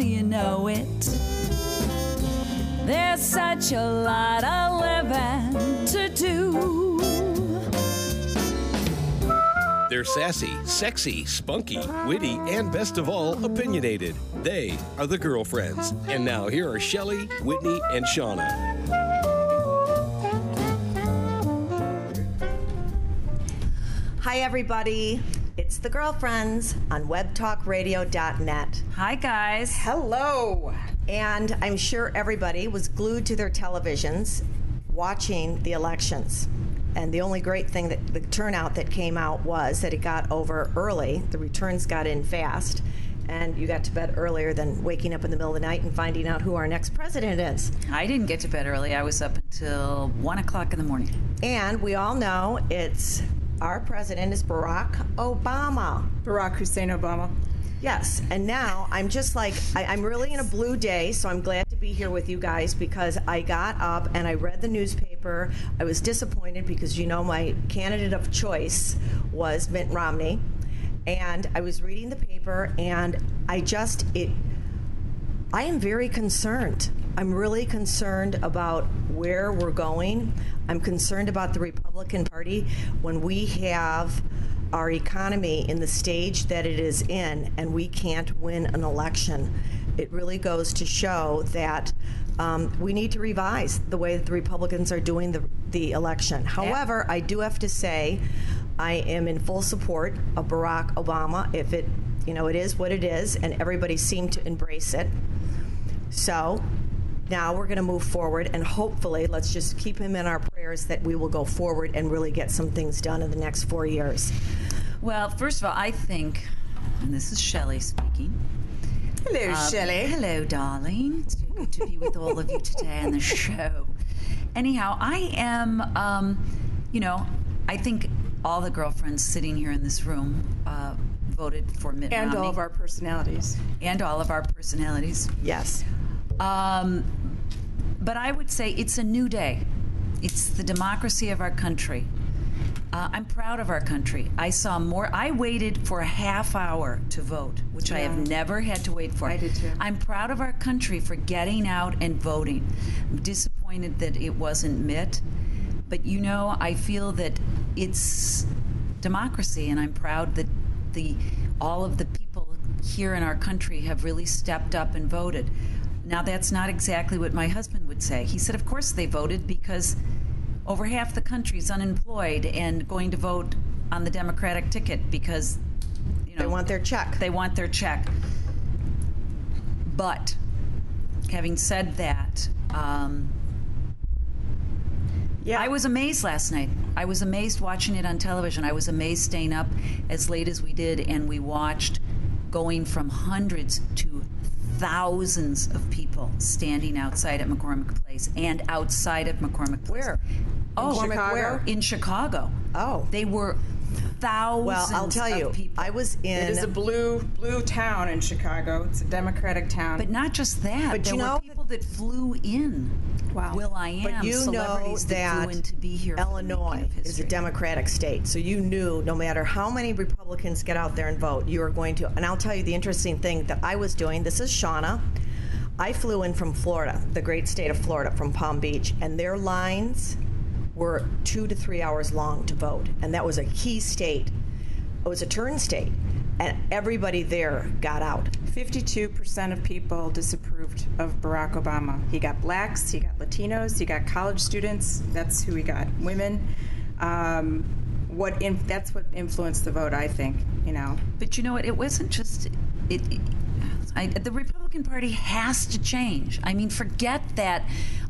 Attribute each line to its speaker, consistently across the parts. Speaker 1: you know it. There's such a lot of living to do.
Speaker 2: They're sassy, sexy, spunky, witty, and best of all, opinionated. They are the girlfriends. And now here are Shelly, Whitney, and Shauna.
Speaker 3: Hi, everybody. It's the girlfriends on webtalkradio.net.
Speaker 1: Hi, guys.
Speaker 3: Hello. And I'm sure everybody was glued to their televisions watching the elections. And the only great thing that the turnout that came out was that it got over early, the returns got in fast, and you got to bed earlier than waking up in the middle of the night and finding out who our next president is.
Speaker 1: I didn't get to bed early. I was up until 1 o'clock in the morning.
Speaker 3: And we all know it's our president is Barack Obama.
Speaker 4: Barack Hussein Obama.
Speaker 3: Yes, and now I'm just like I, I'm really in a blue day, so I'm glad to be here with you guys because I got up and I read the newspaper. I was disappointed because you know my candidate of choice was Mitt Romney, and I was reading the paper and I just it. I am very concerned. I'm really concerned about where we're going. I'm concerned about the Republican Party when we have our economy in the stage that it is in and we can't win an election. It really goes to show that um, we need to revise the way that the Republicans are doing the, the election. However, I do have to say I am in full support of Barack Obama if it, you know, it is what it is and everybody seemed to embrace it. So now we're going to move forward and hopefully let's just keep him in our prayers that we will go forward and really get some things done in the next four years.
Speaker 1: Well, first of all, I think, and this is Shelley speaking.
Speaker 4: Hello,
Speaker 1: Um, Hello, darling. It's so good to be with all of you today on the show. Anyhow, I am, um, you know, I think all the girlfriends sitting here in this room uh, voted for Mitt
Speaker 4: And all
Speaker 1: Romney
Speaker 4: of our personalities.
Speaker 1: and all of our personalities.
Speaker 3: Yes.
Speaker 1: Um, but I would say it's a new day. It's the democracy of our country. Uh, I'm proud of our country. I saw more. I waited for a half hour to vote, which I have never had to wait for. I
Speaker 4: did too.
Speaker 1: I'm proud of our country for getting out and voting. I'm disappointed that it wasn't Mitt, but you know, I feel that it's democracy, and I'm proud that the all of the people here in our country have really stepped up and voted. Now, that's not exactly what my husband would say. He said, "Of course they voted because." Over half the country is unemployed and going to vote on the Democratic ticket because you know
Speaker 3: They want their check.
Speaker 1: they want their check. But having said that, um,
Speaker 4: Yeah.
Speaker 1: I was amazed last night. I was amazed watching it on television. I was amazed staying up as late as we did, and we watched going from hundreds to thousands of people standing outside at McCormick Place and outside of McCormick Place.
Speaker 3: Where?
Speaker 1: Oh,
Speaker 3: McCormick Chicago? where?
Speaker 1: in Chicago.
Speaker 3: Oh.
Speaker 1: They were thousands
Speaker 3: Well, I'll tell
Speaker 1: of
Speaker 3: you,
Speaker 1: people.
Speaker 3: I was in.
Speaker 4: It is a blue blue town in Chicago. It's a Democratic town.
Speaker 1: But not just that.
Speaker 3: But
Speaker 1: there
Speaker 3: you
Speaker 1: were
Speaker 3: know-
Speaker 1: people that flew in.
Speaker 4: Wow.
Speaker 1: Will I am.
Speaker 3: but you know
Speaker 1: celebrities
Speaker 3: that
Speaker 1: flew in to be here. for the making
Speaker 3: Illinois
Speaker 1: of
Speaker 3: is a
Speaker 1: history.
Speaker 3: Democratic state, so you knew no matter how many Republicans get out there and vote, you are going to. And I'll tell you the interesting thing that I was doing. This is Shauna. I flew in from Florida, the great state of Florida, from Palm Beach, and their lines were two to three hours long to vote, and that was a key state. It was a turn state, and everybody there got out.
Speaker 4: 52% of people disapproved of Barack Obama. He got blacks, he got Latinos, he got college students. That's who he got. Women. Um, what in, that's what influenced the vote, I think. You know,
Speaker 1: But you know what? It wasn't just it. it- I, the Republican Party has to change. I mean, forget that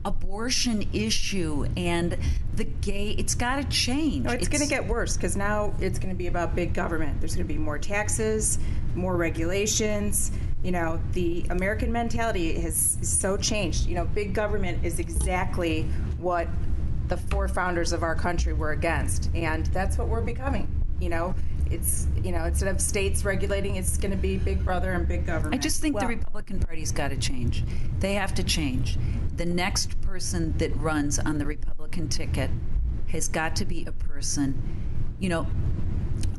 Speaker 1: abortion issue and the gay. It's got to change.
Speaker 4: No, it's, going to get worse because now it's going to be about big government. There's going to be more taxes, more regulations. You know, the American mentality has is so changed. You know, big government is exactly what the four founders of our country were against, and that's what we're becoming. You know, it's you know instead of states regulating, it's going to be big brother and big government.
Speaker 1: I just think the Republican Party's got to change. They have to change. The next person that runs on the Republican ticket has got to be a person, you know,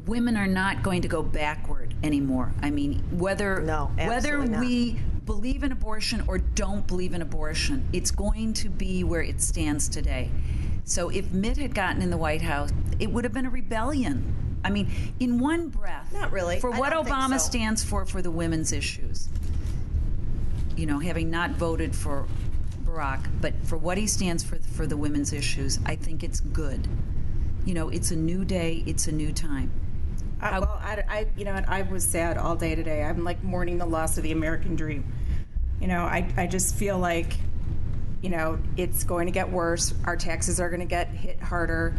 Speaker 1: women are not going to go backward anymore. I mean, whether
Speaker 3: No,
Speaker 1: whether
Speaker 3: absolutely not.
Speaker 1: we believe in abortion or don't believe in abortion. It's going to be where it stands today. So if Mitt had gotten in the White House, it would have been a rebellion. I mean, in one breath.
Speaker 3: Not really.
Speaker 1: For
Speaker 3: I
Speaker 1: what
Speaker 3: don't think
Speaker 1: Obama
Speaker 3: so.
Speaker 1: stands for for the women's issues. You know, having not voted for Barack, but for what he stands for for the women's issues, I think it's good. You know, it's a new day, it's a new time.
Speaker 4: I, well, I, I- you know, and I was sad all day today. I'm like mourning the loss of the American dream. You know, I, I just feel like, you know, it's going to get worse. Our taxes are going to get hit harder.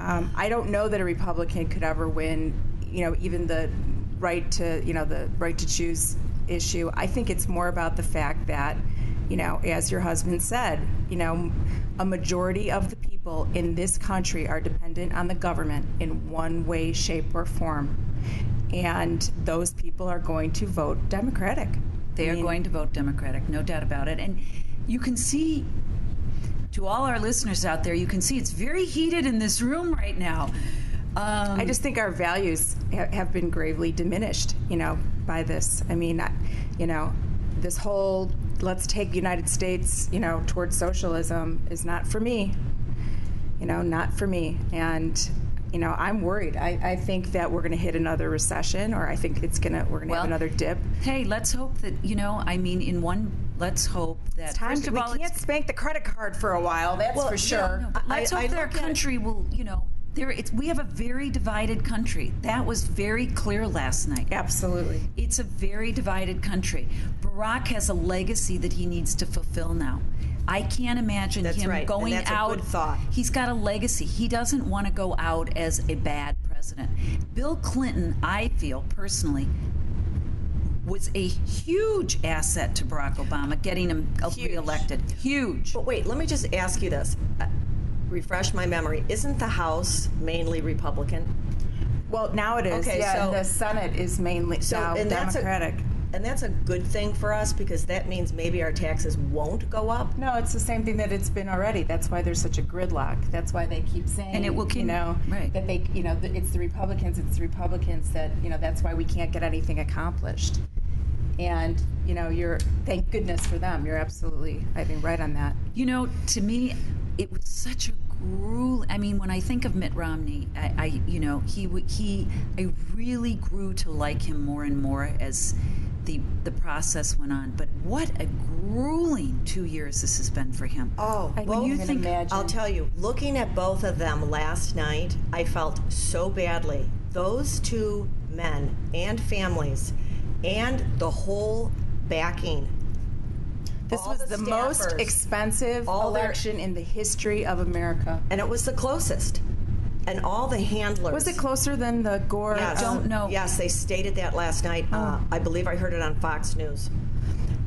Speaker 4: Um, I don't know that a Republican could ever win. You know, even the right to, you know, the right to choose issue. I think it's more about the fact that, you know, as your husband said, you know, a majority of the people in this country are dependent on the government in one way, shape, or form. And those people are going to vote Democratic.
Speaker 1: They are going to vote Democratic, no doubt about it. And you can see, to all our listeners out there, you can see it's very heated in this room right now. Um,
Speaker 4: I just think our values ha- have been gravely diminished, you know, by this. I mean, I- you know, this whole let's take United States, you know, towards socialism is not for me. You know, not for me. And you know, I'm worried. I, I think that we're going to hit another recession, or I think it's going to we're going to
Speaker 1: Well,
Speaker 4: have another dip.
Speaker 1: hey, let's hope that you know. I mean, in one, let's hope that
Speaker 4: Time
Speaker 1: first
Speaker 4: to-
Speaker 1: of all,
Speaker 4: we
Speaker 1: it's-
Speaker 4: can't spank the credit card for a while. That's for
Speaker 1: No,
Speaker 4: sure.
Speaker 1: no, but let's
Speaker 3: I-
Speaker 1: hope
Speaker 3: I
Speaker 1: that our
Speaker 3: look at it-
Speaker 1: country will, you know, there. It's we have a very divided country. That was very clear last night.
Speaker 4: Absolutely.
Speaker 1: It's a very divided country. Barack has a legacy that he needs to fulfill now. I can't imagine
Speaker 3: That's
Speaker 1: him
Speaker 3: right, and
Speaker 1: going
Speaker 3: that's a
Speaker 1: out.
Speaker 3: good thought.
Speaker 1: He's got a legacy. He doesn't want to go out as a bad president. Bill Clinton, I feel personally, was a huge asset to Barack Obama, getting him uh,
Speaker 4: Huge.
Speaker 1: reelected. Huge.
Speaker 3: But wait, let me just ask you this. Uh, refresh my memory. Isn't the House mainly Republican?
Speaker 4: Well, now it is.
Speaker 3: Okay,
Speaker 4: yeah,
Speaker 3: so-
Speaker 4: the Senate is mainly
Speaker 3: So,
Speaker 4: now
Speaker 3: and that's a-
Speaker 4: Democratic.
Speaker 3: And that's a good thing for us because that means maybe our taxes won't go up.
Speaker 4: No, it's the same thing that it's been already. That's why there's such a gridlock. That's why they keep saying,
Speaker 1: And it will
Speaker 4: you
Speaker 1: keep-
Speaker 4: know,
Speaker 1: right.
Speaker 4: that they, you know, th- it's the Republicans, it's the Republicans that, you know, that's why we can't get anything accomplished. And you know, you're thank goodness for them. You're absolutely, I think, right on that.
Speaker 1: You know, to me, it was such a gruel. I mean, when I think of Mitt Romney, I, I you know, he w- he, I really grew to like him more and more as the the process went on. But what a grueling two years this has been for him.
Speaker 3: Oh,
Speaker 4: I
Speaker 3: well,
Speaker 4: can't
Speaker 1: you
Speaker 4: even
Speaker 1: think-
Speaker 4: imagine.
Speaker 3: I'll tell you, looking at both of them last night, I felt so badly. Those two men and families and the whole backing.
Speaker 4: this
Speaker 3: all
Speaker 4: was the,
Speaker 3: the
Speaker 4: most
Speaker 3: staffers,
Speaker 4: expensive
Speaker 3: all their-
Speaker 4: election in the history of America.
Speaker 3: And it was the closest. And all the handlers.
Speaker 4: Was it closer than the Gore?
Speaker 3: Yes.
Speaker 4: uh,
Speaker 1: don't know. Oh.
Speaker 3: Yes, they stated that last night. Uh, I believe I heard it on Fox News.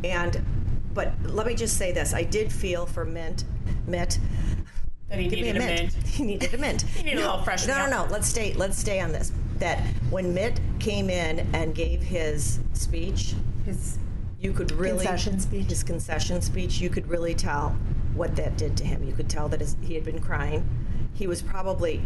Speaker 3: And, but let me just say this: I did feel for Mint, Mitt.
Speaker 5: That he
Speaker 3: Give
Speaker 5: needed
Speaker 3: me a mint. He needed a mint. he
Speaker 5: needed a little fresh
Speaker 3: No,
Speaker 5: milk.
Speaker 3: no, no. Let's stay. Let's stay on this. That when Mitt came in and gave his speech,
Speaker 4: his-
Speaker 3: you could really
Speaker 4: Concession speech.
Speaker 3: His concession speech. You could really tell what that did to him. You could tell that his, he had been crying. He was probably,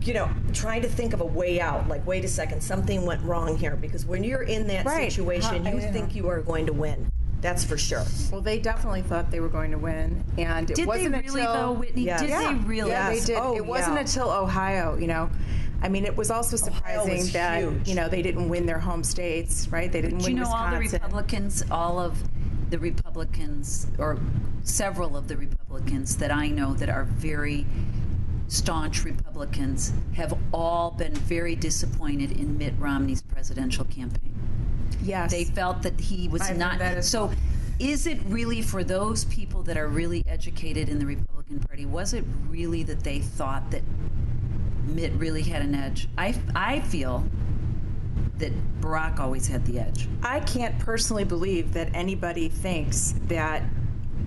Speaker 3: you know, trying to think of a way out. Like, wait a second, something went wrong here. Because when you're in that
Speaker 4: Right.
Speaker 3: situation,
Speaker 4: Huh,
Speaker 3: you
Speaker 4: yeah.
Speaker 3: think you are going to win. That's for sure.
Speaker 4: well, they definitely thought they were going to win, and it
Speaker 1: Did they
Speaker 4: wasn't
Speaker 1: really
Speaker 4: until
Speaker 1: though, Whitney?
Speaker 3: Yes.
Speaker 1: Did
Speaker 3: Yeah.
Speaker 1: they really?
Speaker 4: Yeah,
Speaker 3: Yes.
Speaker 4: they did.
Speaker 3: Oh,
Speaker 4: it wasn't
Speaker 3: yeah.
Speaker 4: until Ohio, you know. I mean, it was also surprising
Speaker 3: was
Speaker 4: that
Speaker 3: huge.
Speaker 4: you know they didn't win their home states, right? They didn't
Speaker 1: Do
Speaker 4: win
Speaker 1: you know all the
Speaker 4: Wisconsin.
Speaker 1: Republicans, all of the Republicans, or several of the Republicans that I know that are very staunch Republicans, have all been very disappointed in Mitt Romney's presidential campaign.
Speaker 4: yes,
Speaker 1: They felt that he was
Speaker 4: I've heard
Speaker 1: not.
Speaker 4: that as
Speaker 1: so, is it really for those people that are really educated in the Republican Party? Was it really that they thought that Mitt really had an edge? I, I feel that Barack always had the edge.
Speaker 4: I can't personally believe that anybody thinks that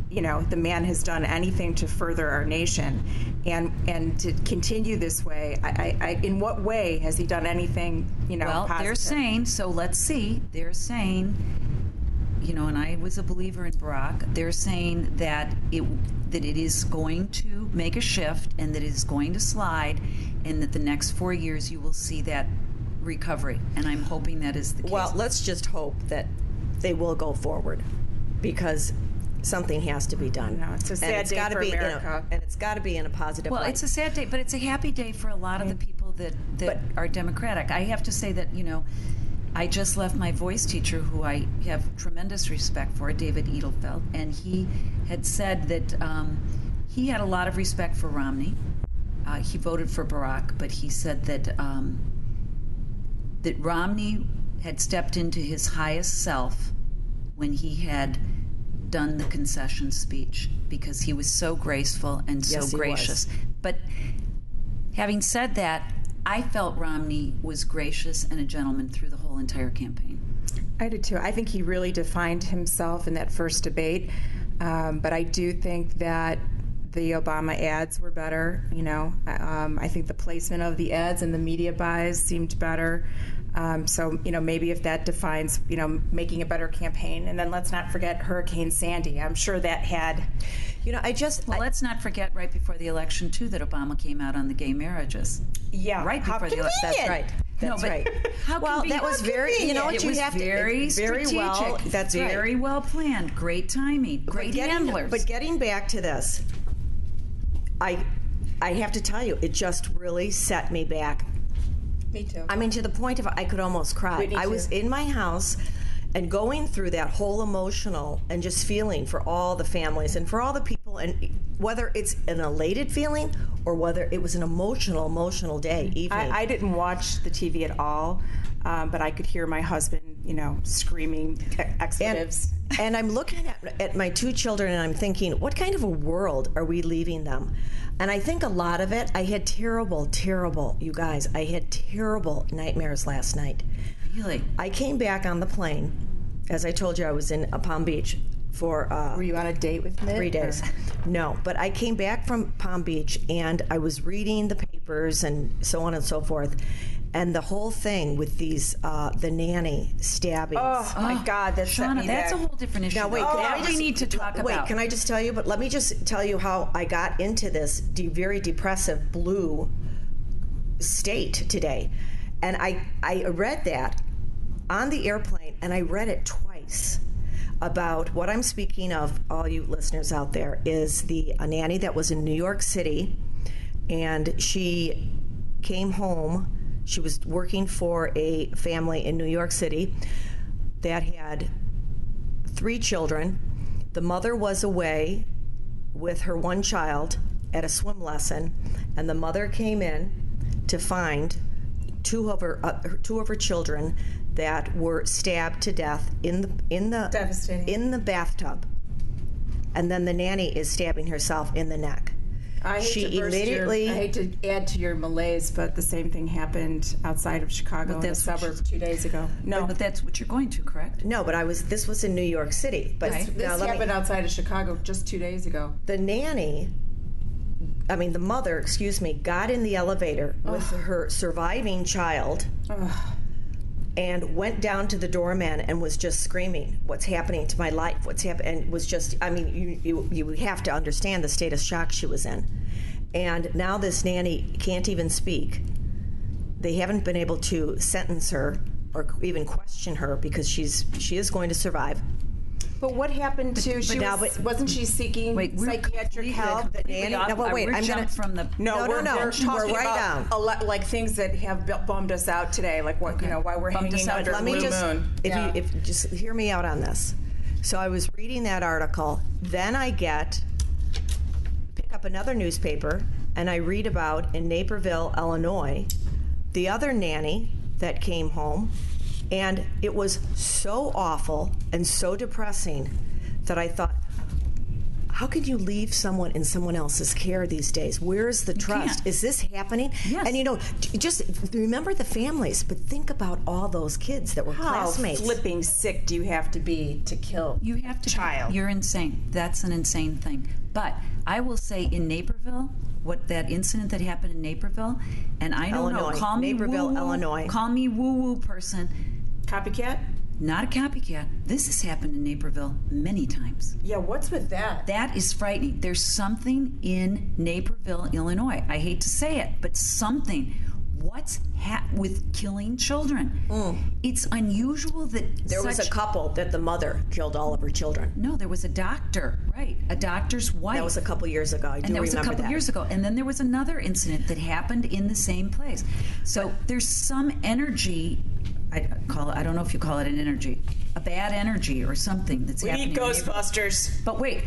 Speaker 4: you know the man has done anything to further our nation, and and to continue this way. I, I, I in what way has he done anything? You know,
Speaker 1: Well, they're
Speaker 4: positive?
Speaker 1: saying, so let's see, they're saying, you know, and I was a believer in Barack, they're saying that it that it is going to make a shift and that it is going to slide and that the next four years you will see that recovery. And I'm hoping that is the case.
Speaker 3: Well, let's just hope that they will go forward because something has to be done.
Speaker 4: know, it's a sad
Speaker 3: and it's
Speaker 4: day
Speaker 3: gotta
Speaker 4: for
Speaker 3: be, in a-
Speaker 4: America.
Speaker 3: and it's got to be in a positive
Speaker 1: Well,
Speaker 3: light.
Speaker 1: it's a sad day, but it's a happy day for a lot of the people that, that are Democratic. I have to say that, you know, I just left my voice teacher, who I have tremendous respect for, David Edelfeld, and he had said that um, he had a lot of respect for Romney. Uh, he voted for Barack, but he said that um, that Romney had stepped into his highest self when he had done the concession speech because he was so graceful and so
Speaker 3: Yes, he was.
Speaker 1: gracious. But having said that, I felt Romney was gracious and a gentleman through the whole entire campaign.
Speaker 4: I did too. I think he really defined himself in that first debate. Um, but I do think that the Obama ads were better. You know, um, I think the placement of the ads and the media buys seemed better. Um, so you know, maybe if that defines you know making a better campaign, and then let's not forget Hurricane Sandy. I'm sure that had
Speaker 3: you know, I just
Speaker 1: Well,
Speaker 3: I-
Speaker 1: let's not forget right before the election too that Obama came out on the gay marriages.
Speaker 4: yeah
Speaker 1: Right
Speaker 4: how
Speaker 1: before the election.
Speaker 4: convenient.
Speaker 3: That's right.
Speaker 1: No,
Speaker 3: That's
Speaker 1: but
Speaker 3: right.
Speaker 1: how
Speaker 3: well,
Speaker 1: convenient.
Speaker 3: that was
Speaker 1: How
Speaker 3: very. You know what
Speaker 1: It
Speaker 3: you
Speaker 1: was
Speaker 3: have
Speaker 1: very
Speaker 3: to. it's Very
Speaker 1: strategic.
Speaker 3: well. That's right.
Speaker 1: very well planned. Great timing. Great
Speaker 3: getting,
Speaker 1: handlers.
Speaker 3: But getting back to this, I I have to tell you, it just really set me back.
Speaker 4: Me too.
Speaker 3: I mean, to the point of I could almost cry.
Speaker 4: Whitney,
Speaker 3: I
Speaker 4: too.
Speaker 3: was in my house and going through that whole emotional and just feeling for all the families and for all the people and whether it's an elated feeling or whether it was an emotional emotional day evening
Speaker 4: I, I didn't watch the TV at all, um, but I could hear my husband, you know, screaming e- expletives.
Speaker 3: and, and I'm looking at, at my two children and I'm thinking, what kind of a world are we leaving them? And I think a lot of it, I had terrible, terrible, you guys, I had terrible nightmares last night.
Speaker 1: really,
Speaker 3: I came back on the plane. As I told you, I was in uh, Palm Beach for uh,
Speaker 4: Were you on a date with Mitt?
Speaker 3: three
Speaker 4: or-
Speaker 3: days. No, but I came back from Palm Beach and I was reading the papers and so on and so forth. And the whole thing with these, uh, the nanny stabbings.
Speaker 4: Oh, my God, that's
Speaker 1: Donna, that's a whole different issue.
Speaker 3: Now wait,
Speaker 1: though,
Speaker 3: can
Speaker 1: that
Speaker 3: I just,
Speaker 1: Oh, we need to talk
Speaker 3: wait,
Speaker 1: about.
Speaker 3: can I just tell you? But let me just tell you how I got into this de- very depressive blue state today, and I I read that on the airplane, and I read it twice about what I'm speaking of. All you listeners out there is the a nanny that was in New York City, and she came home. She was working for a family in New York City that had three children. The mother was away with her one child at a swim lesson, and the mother came in to find two of her uh, her- two of her children that were stabbed to death in the in the
Speaker 4: Devastating.
Speaker 3: in the bathtub. And then the nanny is stabbing herself in the neck.
Speaker 4: I hate
Speaker 3: she
Speaker 4: to burst
Speaker 3: immediately-
Speaker 4: Your, I hate to add to your malaise, but the same thing happened outside of Chicago in the
Speaker 1: that's what
Speaker 4: suburbs two days ago. No,
Speaker 1: but that's what you're going to, correct?
Speaker 3: No, but I was this was in New York City, but
Speaker 1: Right.
Speaker 3: now let
Speaker 4: this
Speaker 3: me-
Speaker 4: happened outside of Chicago just two days ago.
Speaker 3: the nanny i mean the mother excuse me got in the elevator with her surviving child and went down to the doorman and was just screaming what's happening to my life what's happening and was just i mean you, you you have to understand the state of shock she was in and now this nanny can't even speak they haven't been able to sentence her or even question her because she's she is going to survive
Speaker 4: But what happened to she?
Speaker 3: now,
Speaker 4: was,
Speaker 3: but-
Speaker 4: wasn't she seeking
Speaker 1: Wait, we're
Speaker 4: psychiatric
Speaker 1: completely-
Speaker 4: help?
Speaker 1: completely
Speaker 3: nanny-
Speaker 1: off-
Speaker 3: no, but
Speaker 1: uh,
Speaker 3: wait,
Speaker 1: we're
Speaker 3: I'm gonna-
Speaker 1: jumped from the
Speaker 4: No,
Speaker 3: No,
Speaker 4: we're,
Speaker 3: no, no.
Speaker 4: we're talking
Speaker 3: We're right down.
Speaker 4: about a lot, like things that have bu- bummed us out today, like what you know, why we're
Speaker 1: Bummed us
Speaker 4: hanging
Speaker 1: out.
Speaker 4: under
Speaker 1: Let
Speaker 4: a
Speaker 1: me
Speaker 4: blue
Speaker 3: just
Speaker 4: moon.
Speaker 3: if you if just hear me out on this. So I was reading that article, then I get pick up another newspaper and I read about in Naperville, Illinois, the other nanny that came home and it was so awful and so depressing that I thought how can you leave someone in someone else's care these days? Where is the trust?
Speaker 1: can't.
Speaker 3: Is this happening?
Speaker 1: Yes.
Speaker 3: And you know, j- just remember the families, but think about all those kids that were
Speaker 4: How
Speaker 3: classmates.
Speaker 4: flipping sick do you have to be to kill
Speaker 1: You have to.
Speaker 4: child?
Speaker 1: You're insane. That's an insane thing. But I will say in Naperville, what that incident that happened in Naperville, and I don't
Speaker 3: Illinois.
Speaker 1: know, call me
Speaker 3: Naperville,
Speaker 1: woo-woo-
Speaker 3: Illinois.
Speaker 1: Call me woo woo person,
Speaker 4: Copycat?
Speaker 1: not a copycat. This has happened in Naperville many times.
Speaker 4: Yeah, what's with that?
Speaker 1: That is frightening. There's something in Naperville, Illinois. I hate to say it, but something what's ha- with killing children? It's unusual that
Speaker 3: Mm. There was a
Speaker 1: such-
Speaker 3: couple that the mother killed all of her children.
Speaker 1: No, there was a doctor, right? A doctor's wife.
Speaker 3: That was a couple years ago. I do
Speaker 1: and that was a
Speaker 3: remember
Speaker 1: couple
Speaker 3: that.
Speaker 1: years ago. And then there was another incident that happened in the same place. So there's some energy. I call it. I don't know if you call it an energy, a bad energy or something that's
Speaker 4: We
Speaker 1: happening.
Speaker 4: need
Speaker 1: in neighborhoods.
Speaker 4: Ghostbusters.
Speaker 1: But wait,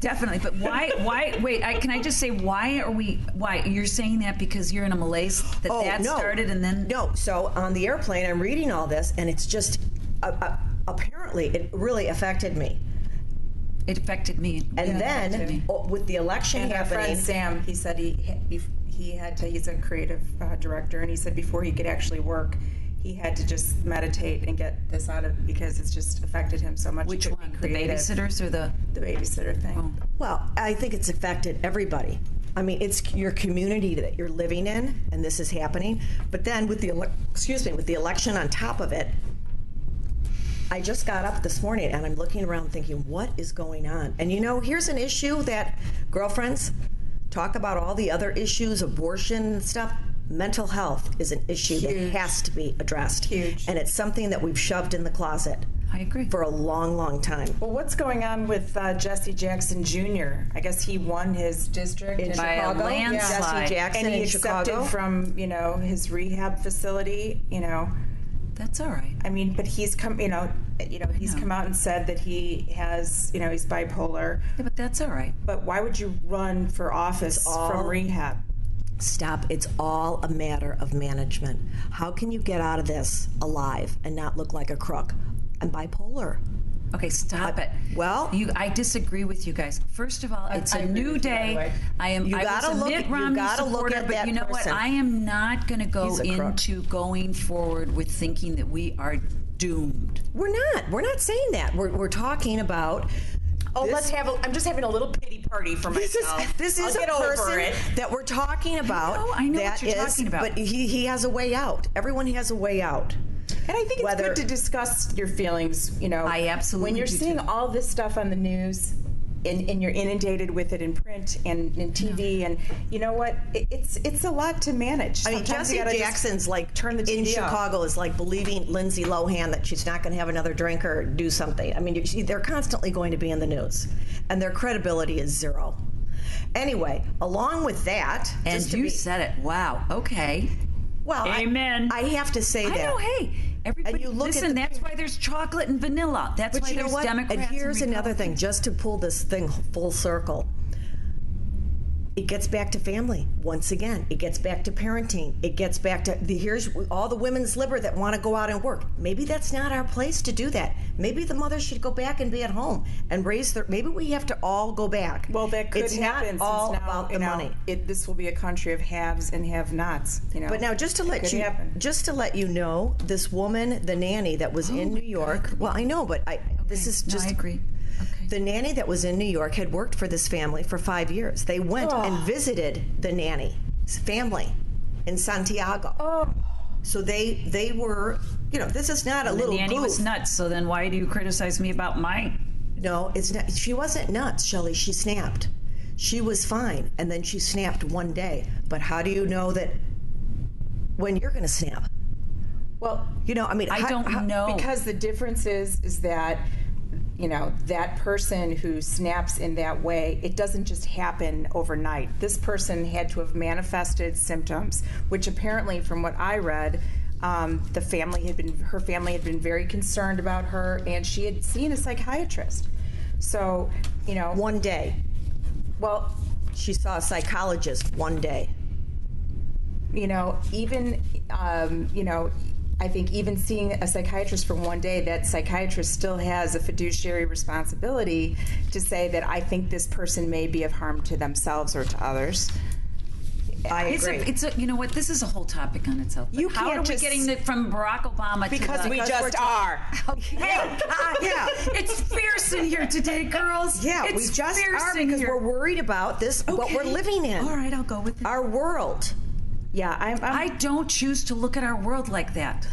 Speaker 1: definitely. But why? Why? Wait. I, can I just say why are we? Why you're saying that because you're in a malaise that
Speaker 3: Oh,
Speaker 1: that
Speaker 3: no.
Speaker 1: started and then
Speaker 3: no. So on the airplane, I'm reading all this, and it's just uh, uh, apparently it really affected me.
Speaker 1: it affected me.
Speaker 3: And
Speaker 1: Yeah, it affected
Speaker 3: then
Speaker 1: me.
Speaker 3: oh, with the election
Speaker 4: And our
Speaker 3: happening,
Speaker 4: friend Sam, he said he he, he had to. He's a creative uh, director, and he said before he could actually work, he had to just meditate and get this out of because it's just affected him so much. He
Speaker 1: which
Speaker 4: couldn't be
Speaker 1: one? The
Speaker 4: creative.
Speaker 1: babysitters or the?
Speaker 4: The babysitter thing.
Speaker 3: Well, I think it's affected everybody. I mean, it's your community that you're living in, and this is happening. But then with the ele- excuse me, with the election on top of it, I just got up this morning and I'm looking around thinking, what is going on? And you know, here's an issue that girlfriends talk about all the other issues, abortion and stuff. Mental health is an issue that has to be addressed.
Speaker 4: Huge.
Speaker 3: And it's something that we've shoved in the closet
Speaker 1: I agree.
Speaker 3: for a long, long time.
Speaker 4: Well, what's going on with uh, Jesse Jackson Jr.? I guess he won his district in
Speaker 1: By a
Speaker 4: Chicago.
Speaker 1: landslide.
Speaker 3: Jesse Jackson
Speaker 4: And he
Speaker 3: in
Speaker 4: accepted
Speaker 3: Chicago.
Speaker 4: from you know his rehab facility. You know,
Speaker 1: That's all right.
Speaker 4: I mean, but he's come. You know, you know, he's come out and said that he has. You know, he's bipolar.
Speaker 1: Yeah, but that's all right.
Speaker 4: But why would you run for office
Speaker 3: all-
Speaker 4: from rehab?
Speaker 3: Stop. It's all a matter of management. How can you get out of this alive and not look like a crook? I'm bipolar.
Speaker 1: Okay, stop it.
Speaker 3: well-
Speaker 1: you, I disagree with you guys. First of all, it's a
Speaker 4: agree
Speaker 1: new
Speaker 4: with you, by the
Speaker 1: day.
Speaker 4: way.
Speaker 1: I am.
Speaker 3: You
Speaker 1: I
Speaker 3: gotta
Speaker 1: was a
Speaker 3: look
Speaker 1: Mitt
Speaker 3: at- you
Speaker 1: Romney
Speaker 3: gotta look
Speaker 1: supporter,
Speaker 3: at
Speaker 1: but
Speaker 3: that
Speaker 1: you know
Speaker 3: person.
Speaker 1: what? I am not going to go
Speaker 3: He's a crook.
Speaker 1: into going forward with thinking that we are doomed.
Speaker 3: We're not. We're not saying that. We're, we're talking about.
Speaker 5: Oh, let's have. A, I'm just having a little pity party for
Speaker 3: This is
Speaker 5: myself.
Speaker 3: this is
Speaker 5: I'll
Speaker 3: a
Speaker 5: get over
Speaker 3: person
Speaker 5: it.
Speaker 3: that we're talking about.
Speaker 1: know, I know what
Speaker 3: that
Speaker 1: you're
Speaker 3: is-
Speaker 1: talking about.
Speaker 3: But he, he has a way out. Everyone has a way out.
Speaker 4: And I think it's
Speaker 3: Whether-
Speaker 4: good to discuss your feelings. You know,
Speaker 1: I absolutely
Speaker 4: when you're
Speaker 1: do,
Speaker 4: seeing
Speaker 1: too.
Speaker 4: all this stuff on the news, and, and you're inundated with it in print and in TV, and you know what, It- it's it's a lot to manage.
Speaker 3: I mean,
Speaker 4: Sometimes you
Speaker 3: Jesse
Speaker 4: gotta just
Speaker 3: Jackson's like
Speaker 4: turn the
Speaker 3: in
Speaker 4: TV off.
Speaker 3: Chicago is like believing Lindsay Lohan that she's not going to have another drink or do something. I mean, you see, they're constantly going to be in the news, and their credibility is zero. Anyway, along with that,
Speaker 1: And
Speaker 3: just to
Speaker 1: you
Speaker 3: be-
Speaker 1: said it. Wow. Okay.
Speaker 3: well, I-
Speaker 1: Amen.
Speaker 3: I, have to say
Speaker 1: I
Speaker 3: that.
Speaker 1: know. Hey, everybody,
Speaker 3: you look at
Speaker 1: listen.
Speaker 3: the-
Speaker 1: that's why there's chocolate and vanilla. That's
Speaker 3: But
Speaker 1: why
Speaker 3: you know
Speaker 1: there's
Speaker 3: what?
Speaker 1: Democrats.
Speaker 3: and here's another thing, just to pull this thing full circle. It gets back to family once again. It gets back to parenting. It gets back to the here's all the women's liber that want to go out and work. Maybe that's not our place to do that. Maybe the mother should go back and be at home and raise their. Maybe we have to all go back.
Speaker 4: Well, that could
Speaker 3: it's
Speaker 4: happen.
Speaker 3: not all
Speaker 4: since now,
Speaker 3: about the
Speaker 4: you know,
Speaker 3: money.
Speaker 4: It, this will be a country of haves and have-nots. You know,
Speaker 3: But now, just to
Speaker 4: It
Speaker 3: let
Speaker 4: could
Speaker 3: you,
Speaker 4: happen.
Speaker 3: just to let you know, this woman, the nanny that was
Speaker 1: Oh
Speaker 3: in New York. Well, I know, but I this is just
Speaker 1: I agree. Okay.
Speaker 3: The nanny that was in New York had worked for this family for five years. They went and visited the nanny's family in Santiago. Oh. So they they were, you know, this is not a
Speaker 1: The
Speaker 3: little
Speaker 1: nanny
Speaker 3: goof.
Speaker 1: was nuts. So then, why do you criticize me about my?
Speaker 3: No, it's not. She wasn't nuts, Shelley. She snapped. She was fine, and then she snapped one day. But how do you know that when you're going to snap?
Speaker 4: well,
Speaker 3: You know, I mean,
Speaker 1: I
Speaker 3: how-
Speaker 1: don't
Speaker 3: how-
Speaker 1: know.
Speaker 4: because the difference is is that you know that person who snaps in that way it doesn't just happen overnight this person had to have manifested symptoms which apparently from what i read um, the family had been her family had been very concerned about her and she had seen a psychiatrist so you know
Speaker 3: One day,
Speaker 4: well
Speaker 3: she saw a psychologist. One day.
Speaker 4: you know, even, um, you know, I think even seeing a psychiatrist for one day, that psychiatrist still has a fiduciary responsibility to say that I think this person may be of harm to themselves or to others.
Speaker 3: I
Speaker 1: It's
Speaker 3: agree.
Speaker 1: a, it's a, you know what? This is a whole topic on itself. but
Speaker 4: You
Speaker 1: how
Speaker 4: can't
Speaker 1: are we
Speaker 4: just-
Speaker 1: getting it from Barack Obama to
Speaker 4: Because
Speaker 1: the-
Speaker 4: we
Speaker 3: Because we're
Speaker 4: just are.
Speaker 1: yeah,
Speaker 3: yeah.
Speaker 1: it's fierce in here today, girls.
Speaker 3: Yeah,
Speaker 1: it's
Speaker 3: we just
Speaker 1: fierce
Speaker 3: are
Speaker 1: in
Speaker 3: because
Speaker 1: here.
Speaker 3: we're worried about this, what we're
Speaker 1: Okay.
Speaker 3: living in.
Speaker 1: All right, I'll go with it.
Speaker 3: Our world.
Speaker 4: Yeah, I'm, I'm,
Speaker 1: I don't choose to look at our world like that.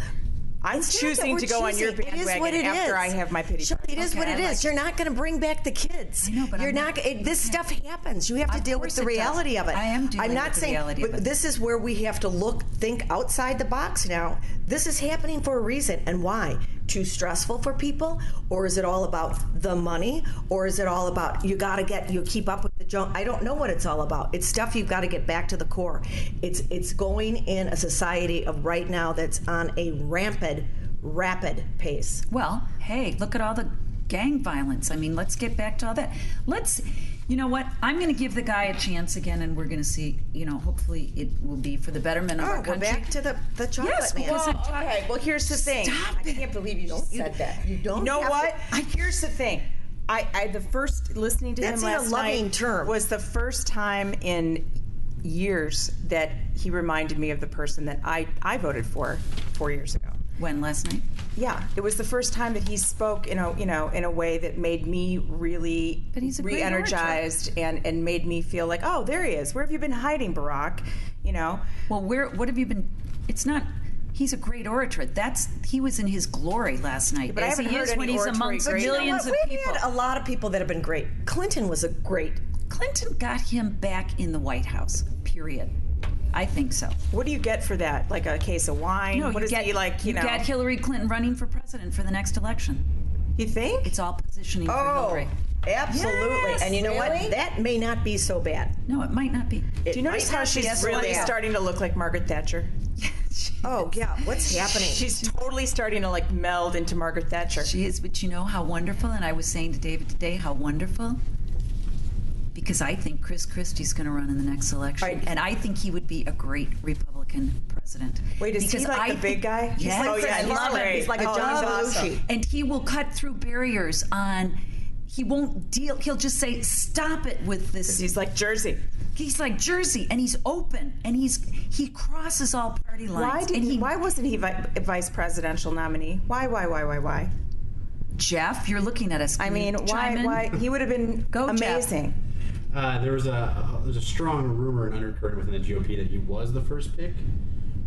Speaker 5: I'm
Speaker 3: It's not that
Speaker 5: choosing
Speaker 3: we're
Speaker 5: to go on your
Speaker 3: choosing. It is
Speaker 5: bandwagon
Speaker 3: what it
Speaker 5: after
Speaker 3: is.
Speaker 5: I have my pity
Speaker 3: Shelly, It is
Speaker 1: Okay,
Speaker 3: what
Speaker 1: I
Speaker 3: it
Speaker 1: like
Speaker 3: is. You're not going to bring back the kids.
Speaker 1: I know, but
Speaker 3: you're
Speaker 1: I'm not-
Speaker 3: It, this stuff happens. You have to
Speaker 1: Of
Speaker 3: deal
Speaker 1: course
Speaker 3: with the
Speaker 1: it does.
Speaker 3: reality of it.
Speaker 1: I am dealing
Speaker 3: I'm not
Speaker 1: with the
Speaker 3: saying,
Speaker 1: reality of
Speaker 3: but
Speaker 1: it.
Speaker 3: This is where we have to look, think outside the box now. This is happening for a reason, and why? Too stressful for people, or is it all about the money, or is it all about you got to get you keep up with the junk? I don't know what it's all about. It's stuff you've got to get back to the core. It's it's going in a society of right now that's on a rampant, rapid pace.
Speaker 1: Well, hey, look at all the gang violence. I mean, let's get back to all that. Let's, you know what? I'm going to give the guy a chance again, and we're going to see. You know, hopefully it will be for the betterment of
Speaker 3: Oh,
Speaker 1: our
Speaker 3: we're
Speaker 1: country.
Speaker 3: back to the the chocolate
Speaker 1: Yes,
Speaker 3: man.
Speaker 1: because I'm talking-
Speaker 5: Okay, well, here's the thing.
Speaker 1: Stop
Speaker 5: I can't believe you just said that.
Speaker 3: you don't
Speaker 5: You know
Speaker 3: have
Speaker 5: what?
Speaker 3: to-
Speaker 5: I, here's the thing.
Speaker 4: I, I the first listening to
Speaker 3: That's
Speaker 4: him
Speaker 3: in a
Speaker 4: last
Speaker 3: loving
Speaker 4: night
Speaker 3: term.
Speaker 4: was the first time in years that he reminded me of the person that I, I voted for four years ago.
Speaker 1: when last night?
Speaker 4: Yeah, it was the first time that he spoke in a you know in a way that made me really
Speaker 1: But he's a great
Speaker 4: re-energized and and made me feel like oh there he is where have you been hiding Barack, you know
Speaker 1: Well, where? What have you been? It's not. He's a great orator. That's he was in his glory last night.
Speaker 4: but I
Speaker 1: as
Speaker 4: haven't
Speaker 1: he
Speaker 4: heard
Speaker 1: is
Speaker 4: any
Speaker 1: when he's
Speaker 4: oratory
Speaker 1: amongst
Speaker 4: greatness.
Speaker 1: millions
Speaker 3: But
Speaker 1: of
Speaker 3: we've
Speaker 1: people.
Speaker 3: had a lot of people that have been great. Clinton was a great.
Speaker 1: Clinton got him back in the White House. Period. I think so.
Speaker 4: what do you get for that like a case of wine
Speaker 1: No,
Speaker 4: what
Speaker 1: you
Speaker 4: is
Speaker 1: get
Speaker 4: he like you, know
Speaker 1: get Hillary Clinton running for president for the next election.
Speaker 4: you think
Speaker 1: It's all positioning for
Speaker 4: Oh.
Speaker 1: Hillary.
Speaker 3: absolutely. and you know
Speaker 5: really?
Speaker 3: what? That may not be so bad.
Speaker 1: No, it might not be.
Speaker 4: do you notice how she's
Speaker 3: so
Speaker 4: really
Speaker 3: bad.
Speaker 4: starting to look like Margaret Thatcher
Speaker 3: Oh yeah, what's happening?
Speaker 4: she's totally starting to like meld into Margaret Thatcher
Speaker 1: She is, but you know how wonderful, and I was saying to David today how wonderful. Because I think Chris Christie's going to run in the next election,
Speaker 4: Right.
Speaker 1: and I think he would be a great Republican president.
Speaker 4: Wait, is he
Speaker 1: because
Speaker 4: like
Speaker 1: I
Speaker 4: the
Speaker 1: thi-
Speaker 4: big guy? He's
Speaker 1: Yes.
Speaker 4: like
Speaker 1: oh,
Speaker 4: Chris
Speaker 1: yeah, I love
Speaker 4: Farley.
Speaker 1: it.
Speaker 3: He's like a
Speaker 4: Oh,
Speaker 3: John
Speaker 4: that's awesome.
Speaker 3: Belushi.
Speaker 1: and he will cut through barriers on. He won't deal. He'll just say, "Stop it with this."
Speaker 4: she's like Jersey
Speaker 1: He's like Jersey, and he's open, and he's he crosses all party lines.
Speaker 4: why did
Speaker 1: and
Speaker 4: he, why wasn't he vi- vice presidential nominee why why why why why
Speaker 1: Jeff, you're looking at us.
Speaker 4: I
Speaker 1: Can you
Speaker 4: mean, why?
Speaker 1: chime in?
Speaker 4: Why he would have been
Speaker 1: Go, Jeff.
Speaker 4: amazing.
Speaker 6: Uh, there was a, a there's a strong rumor and undercurrent within the GOP that he was the first pick,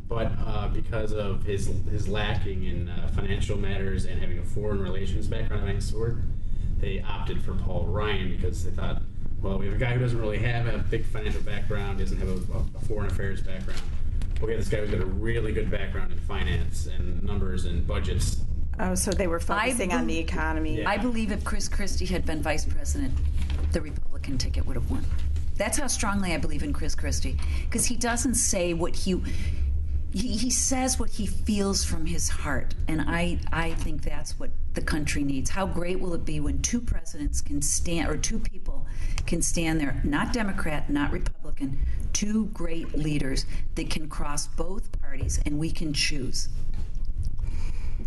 Speaker 6: but uh, because of his his lacking in uh, financial matters and having a foreign relations background of any sort, they opted for Paul Ryan because they thought, well, we have a guy who doesn't really have a big financial background, doesn't have a, a foreign affairs background. Well, we have this guy who's got a really good background in finance and numbers and budgets.
Speaker 4: Oh, so they were focusing on the
Speaker 1: believe-
Speaker 4: economy.
Speaker 6: Yeah.
Speaker 1: I believe if Chris Christie had been vice president, the Republican ticket would have won. That's how strongly I believe in Chris Christie because he doesn't say what he, he he says what he feels from his heart, and I I think that's what the country needs. How great will it be when two presidents can stand or two people can stand there, not Democrat, not Republican, two great leaders that can cross both parties, and we can choose.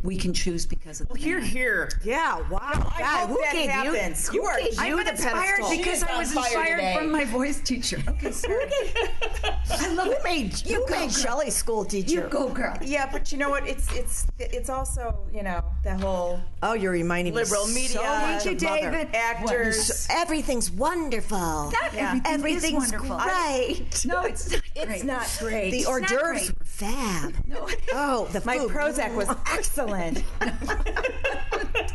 Speaker 1: We can choose because of the
Speaker 5: Here,
Speaker 1: man.
Speaker 5: here.
Speaker 3: yeah, wow.
Speaker 5: I
Speaker 3: God,
Speaker 5: hope
Speaker 3: who
Speaker 5: that
Speaker 3: gave
Speaker 5: happens.
Speaker 3: you?
Speaker 5: You are-
Speaker 3: Who gave
Speaker 5: I'm
Speaker 3: you the
Speaker 1: inspired
Speaker 3: pedestal?
Speaker 5: She
Speaker 1: because
Speaker 5: is
Speaker 1: I
Speaker 5: on
Speaker 1: was
Speaker 5: fire
Speaker 1: inspired
Speaker 5: today.
Speaker 1: from my voice teacher. Okay, sorry. I love
Speaker 3: Who
Speaker 1: it.
Speaker 3: made
Speaker 1: You
Speaker 3: you
Speaker 1: go, girl.
Speaker 3: made Shelley school teacher?
Speaker 1: You go, girl.
Speaker 4: Yeah, but you know what? It's it's it's also you know the whole
Speaker 3: Oh, you're reminding
Speaker 4: liberal
Speaker 3: me.
Speaker 4: media,
Speaker 3: So much
Speaker 1: you,
Speaker 3: of mother.
Speaker 1: David.
Speaker 4: actors.
Speaker 3: Everything's wonderful.
Speaker 1: Not everything is
Speaker 3: Everything's
Speaker 1: wonderful.
Speaker 3: great.
Speaker 1: No, it's not. great.
Speaker 4: great.
Speaker 3: the hors
Speaker 1: not
Speaker 3: d'oeuvres
Speaker 1: great.
Speaker 3: were fab. Oh, the
Speaker 4: my
Speaker 3: food.
Speaker 4: Prozac was excellent. I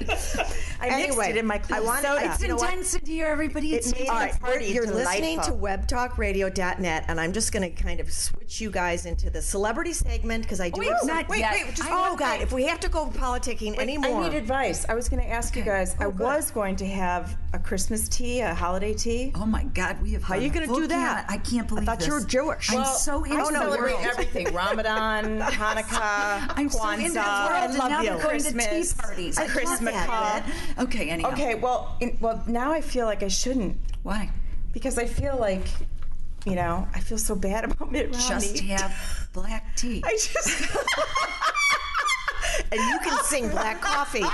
Speaker 4: mixed
Speaker 3: Anyway,
Speaker 4: it in my
Speaker 3: I
Speaker 4: club
Speaker 3: wanna-
Speaker 4: soda.
Speaker 1: It's
Speaker 3: You know what?
Speaker 1: intense in here, everybody. It's
Speaker 3: It made
Speaker 4: All right,
Speaker 3: the party You're listening to
Speaker 4: delightful.
Speaker 3: webtalkradio.net, and I'm just going to kind of switch you guys into the celebrity segment because I do.
Speaker 1: Wait,
Speaker 3: have
Speaker 1: not
Speaker 3: some-
Speaker 1: yet. I
Speaker 3: oh
Speaker 1: want-
Speaker 3: God! If we have to go politicking anymore,
Speaker 4: I need advice. I was going to ask you guys.
Speaker 1: Oh,
Speaker 4: I was going to have a Christmas tea, a holiday tea.
Speaker 1: Oh my God, we have. How
Speaker 3: are you going to do that?
Speaker 1: I can't believe.
Speaker 3: I thought you
Speaker 1: this.
Speaker 3: were Jewish.
Speaker 1: I'm so into
Speaker 3: don't
Speaker 1: the
Speaker 3: know.
Speaker 1: world.
Speaker 5: Celebrate everything.
Speaker 4: Ramadan, Hanukkah,
Speaker 1: I'm so into the world.
Speaker 4: Kwanzaa.
Speaker 1: and
Speaker 3: love
Speaker 1: now
Speaker 3: you.
Speaker 1: we're going
Speaker 4: Christmas.
Speaker 1: to tea parties.
Speaker 4: I
Speaker 1: I love
Speaker 4: Christmas
Speaker 1: that.
Speaker 4: call.
Speaker 1: Okay, anyhow.
Speaker 4: Okay, well, in, well, now I feel like I shouldn't
Speaker 1: Why?
Speaker 4: because I feel like, you know, I feel so bad about Mitt Romney.
Speaker 1: Just have black tea.
Speaker 4: I just
Speaker 3: and you can sing black coffee.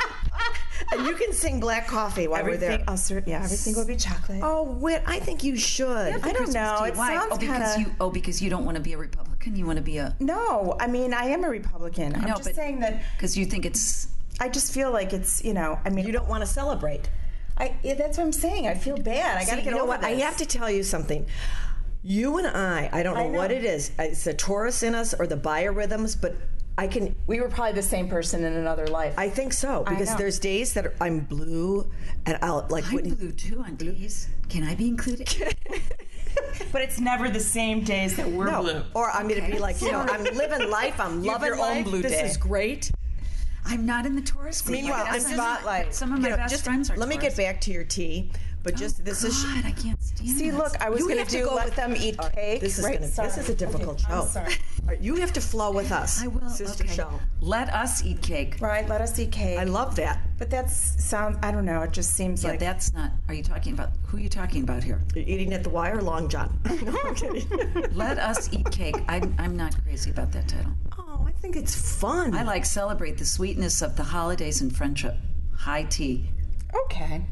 Speaker 3: and you can sing black coffee while we're
Speaker 4: everything.
Speaker 3: there.
Speaker 4: I'll serve, yeah, everything will be chocolate.
Speaker 3: Oh, Whit, I think you should.
Speaker 4: I don't know. It
Speaker 1: Why?
Speaker 4: sounds
Speaker 1: oh, because
Speaker 4: kinda-
Speaker 1: you. Oh, because you don't want to be a Republican. You want to be a.
Speaker 4: No, I mean I am a Republican. I'm
Speaker 1: No,
Speaker 4: just
Speaker 1: but-
Speaker 4: saying that
Speaker 1: Because you think it's.
Speaker 4: I just feel like it's you know I mean
Speaker 3: you don't want to celebrate.
Speaker 4: I yeah, that's what I'm saying. I feel bad. I got
Speaker 3: See,
Speaker 4: to get
Speaker 3: you know
Speaker 4: over
Speaker 3: what? I
Speaker 4: this.
Speaker 3: have to tell you something. You and I, I don't know,
Speaker 4: know.
Speaker 3: what it is. It's the Taurus in us or the biorhythms, but I can
Speaker 5: We were probably the same person in another life.
Speaker 3: I think so because
Speaker 4: know.
Speaker 3: there's days that I'm blue and I'll like
Speaker 1: I'm
Speaker 3: Whitney.
Speaker 1: blue too on days. Can I be included?
Speaker 4: But it's never the same days that we're
Speaker 3: No.
Speaker 4: blue.
Speaker 3: Or I'm going to be like, you know, I'm living life. I'm
Speaker 5: You have
Speaker 3: loving
Speaker 5: your own
Speaker 3: life.
Speaker 5: blue
Speaker 3: this
Speaker 5: day.
Speaker 3: is great.
Speaker 1: I'm not in the tourist group.
Speaker 3: Meanwhile,
Speaker 1: Like,
Speaker 3: I'm
Speaker 1: some of-
Speaker 3: spotlight.
Speaker 1: Some of my
Speaker 3: You know,
Speaker 1: best
Speaker 3: just-
Speaker 1: friends are.
Speaker 3: Let me get
Speaker 1: tourists.
Speaker 3: back to your tea, but just this
Speaker 1: God,
Speaker 3: is.
Speaker 1: I can't stand.
Speaker 4: See,
Speaker 1: this.
Speaker 4: look, I was
Speaker 3: You
Speaker 4: going
Speaker 3: have
Speaker 4: to
Speaker 3: to
Speaker 4: do
Speaker 3: go
Speaker 4: let
Speaker 3: with-
Speaker 4: them eat
Speaker 3: All right,
Speaker 4: cake.
Speaker 3: this is
Speaker 4: right?
Speaker 3: gonna- this
Speaker 4: Sorry.
Speaker 3: is a difficult
Speaker 4: okay,
Speaker 3: show.
Speaker 4: I'm sorry.
Speaker 3: All right, You have to flow with us.
Speaker 1: I will.
Speaker 3: Sister
Speaker 1: okay.
Speaker 3: Shell.
Speaker 1: Let us eat cake.
Speaker 4: Right, let us eat cake.
Speaker 3: I love that.
Speaker 4: but that's sounds. I don't know. It just seems
Speaker 1: Yeah,
Speaker 4: like
Speaker 1: that's not. Are you talking about who are you talking about here?
Speaker 3: You're eating at the Y or Long John? No, I'm kidding.
Speaker 1: Let us eat cake. I'm, I'm not crazy about that title.
Speaker 3: oh, I think it's fun.
Speaker 1: I like celebrate the sweetness of the holidays and friendship. High tea.
Speaker 4: okay.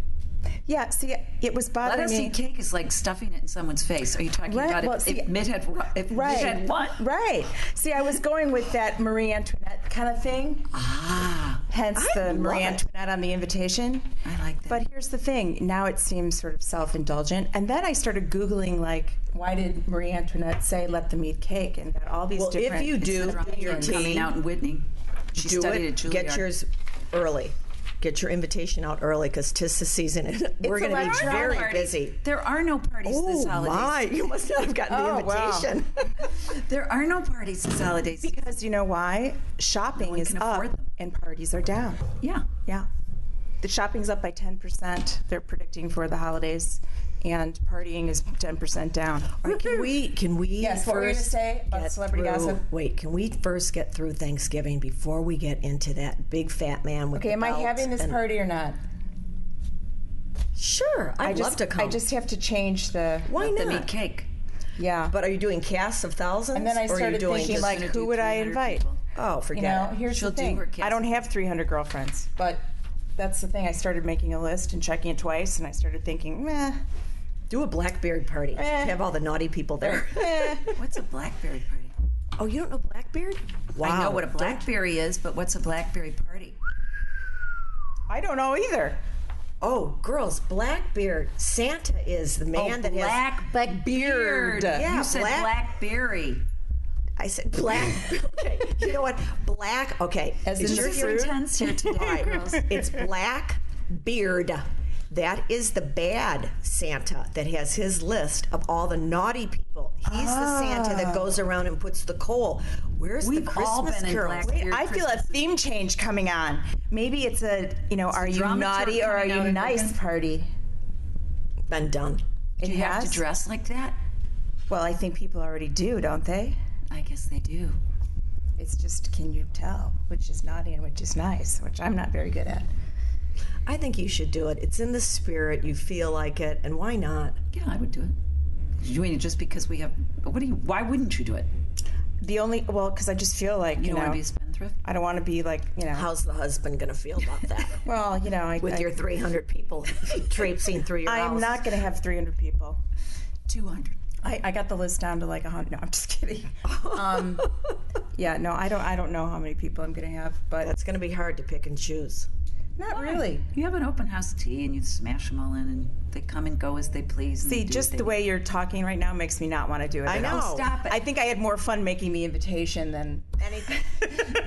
Speaker 4: Yeah. See, it was
Speaker 1: Let
Speaker 4: bothering
Speaker 1: us
Speaker 4: me.
Speaker 1: eat cake is like stuffing it in someone's face. Are you talking
Speaker 4: Right,
Speaker 1: about
Speaker 4: well,
Speaker 1: if,
Speaker 4: see,
Speaker 1: if mid had if
Speaker 4: Right.
Speaker 1: mid had what?
Speaker 4: Right. See, I was going with that Marie Antoinette kind of thing. Ah. Hence
Speaker 3: I
Speaker 4: the
Speaker 3: love
Speaker 4: Marie
Speaker 3: it.
Speaker 4: Antoinette on the invitation.
Speaker 1: I like that.
Speaker 4: But here's the thing. Now it seems sort of self-indulgent. And then I started Googling, like, why did Marie Antoinette say, let them eat cake? And got all these
Speaker 3: Well, if
Speaker 4: different...
Speaker 3: you do do your
Speaker 1: Drummond coming
Speaker 3: tea,
Speaker 1: out in Whitney. She
Speaker 3: do
Speaker 1: studied at
Speaker 3: it.
Speaker 1: Juilliard.
Speaker 3: Get yours early. Get your invitation out early because tis the season and we're going
Speaker 4: It's
Speaker 3: to be
Speaker 4: election
Speaker 3: very
Speaker 4: party.
Speaker 3: busy.
Speaker 1: There are no parties this
Speaker 3: Oh
Speaker 1: holiday.
Speaker 3: my! You must not have gotten
Speaker 4: Oh,
Speaker 3: the
Speaker 4: wow.
Speaker 3: invitation.
Speaker 1: There are no parties this holiday. season.
Speaker 4: Because you know why? Shopping
Speaker 1: one
Speaker 4: is
Speaker 1: can
Speaker 4: up
Speaker 1: afford them.
Speaker 4: and parties are down.
Speaker 1: Yeah.
Speaker 4: Yeah. The shopping's up by 10%, they're predicting for the holidays, and partying is 10% down.
Speaker 3: All right, can we? Can we?
Speaker 5: Yes, what were you gonna
Speaker 3: first
Speaker 5: say about
Speaker 3: get
Speaker 5: celebrity
Speaker 3: through-
Speaker 5: gossip?
Speaker 3: Wait, can we first get through Thanksgiving before we get into that big fat man with
Speaker 5: okay,
Speaker 3: the
Speaker 5: am I
Speaker 3: belt
Speaker 5: having this
Speaker 3: and-
Speaker 5: party or not?
Speaker 3: Sure, I'd
Speaker 4: I just,
Speaker 3: love to come.
Speaker 4: I just have to change the,
Speaker 3: why
Speaker 1: Let them eat
Speaker 3: not?
Speaker 1: cake.
Speaker 4: yeah.
Speaker 3: But are you doing casts of thousands?
Speaker 5: And then I
Speaker 3: or are you
Speaker 5: started
Speaker 3: doing
Speaker 5: thinking,
Speaker 3: just-
Speaker 5: like,
Speaker 1: Gonna
Speaker 4: who
Speaker 1: do
Speaker 4: would I
Speaker 1: 300
Speaker 4: invite?
Speaker 1: people.
Speaker 3: oh,
Speaker 5: You
Speaker 3: forget
Speaker 5: know,
Speaker 3: it.
Speaker 5: here's
Speaker 1: She'll
Speaker 5: the
Speaker 1: do
Speaker 5: thing.
Speaker 1: her cake.
Speaker 4: I don't have 300 girlfriends.
Speaker 5: But
Speaker 4: That's the thing. I started making a list and checking it twice, and I started thinking, meh.
Speaker 3: Do a Blackbeard party.
Speaker 5: Eh.
Speaker 3: Have all the naughty people there.
Speaker 1: What's a blackberry party?
Speaker 3: oh, you don't know Blackbeard? Wow.
Speaker 1: I know what a
Speaker 3: Don't-
Speaker 1: blackberry is, but what's a blackberry party?
Speaker 4: I don't know either.
Speaker 3: Oh, girls, Blackbeard. Santa is the man that has.
Speaker 1: black beard.
Speaker 3: Yeah,
Speaker 1: you said
Speaker 3: black-
Speaker 1: blackberry.
Speaker 3: I said black. okay, you know what? Black. Okay, as
Speaker 1: This is intense here today, girls.
Speaker 3: It's black beard. That is the bad Santa that has his list of all the naughty people. He's the Santa that goes around and puts the coal. Where's
Speaker 1: We've
Speaker 3: the
Speaker 1: all
Speaker 3: Christmas
Speaker 1: been in
Speaker 3: carol?
Speaker 1: Blackbeard.
Speaker 4: I feel a theme change coming on. Maybe it's a, you know, are you
Speaker 1: dramaturg
Speaker 4: naughty or are
Speaker 1: coming out
Speaker 4: you
Speaker 1: in
Speaker 4: nice
Speaker 1: Brooklyn.
Speaker 4: party?
Speaker 3: Been done.
Speaker 4: It
Speaker 1: Do you have to
Speaker 4: has?
Speaker 1: dress like that?
Speaker 4: Well, I think people already do, don't they?
Speaker 1: I guess they do.
Speaker 4: It's just, can you tell which is naughty and which is nice, which I'm not very good at.
Speaker 3: I think you should do it. It's in the spirit. You feel like it, and why not?
Speaker 1: Yeah, I would do it. You're doing it just because we have. What do you? Why wouldn't you do it?
Speaker 4: The only, well, because I just feel like, you,
Speaker 1: You don't
Speaker 4: know,
Speaker 1: want to be a spendthrift.
Speaker 4: I don't want to be like, you know,
Speaker 3: How's the husband going to feel about that
Speaker 4: well, you know, I,
Speaker 3: with
Speaker 4: I,
Speaker 3: your 300 people traipsing through your
Speaker 4: I'm
Speaker 3: house?
Speaker 4: not going to have 300 people.
Speaker 1: Two hundred.
Speaker 4: I, I got the list down to like a hundred. No, I'm just kidding. Um, yeah, no, I don't. I don't know how many people I'm gonna have, but
Speaker 3: That's going to be hard to pick and choose.
Speaker 4: not really.
Speaker 1: You have an open house tea and you smash them all in, and they come and go as they please. and they
Speaker 4: See,
Speaker 1: do
Speaker 4: just
Speaker 1: what
Speaker 4: the
Speaker 1: they-
Speaker 4: way you're talking right now makes me not want to do it.
Speaker 3: I
Speaker 4: at all.
Speaker 3: know.
Speaker 1: Stop it.
Speaker 4: I think I had more fun making the invitation than
Speaker 3: Anything.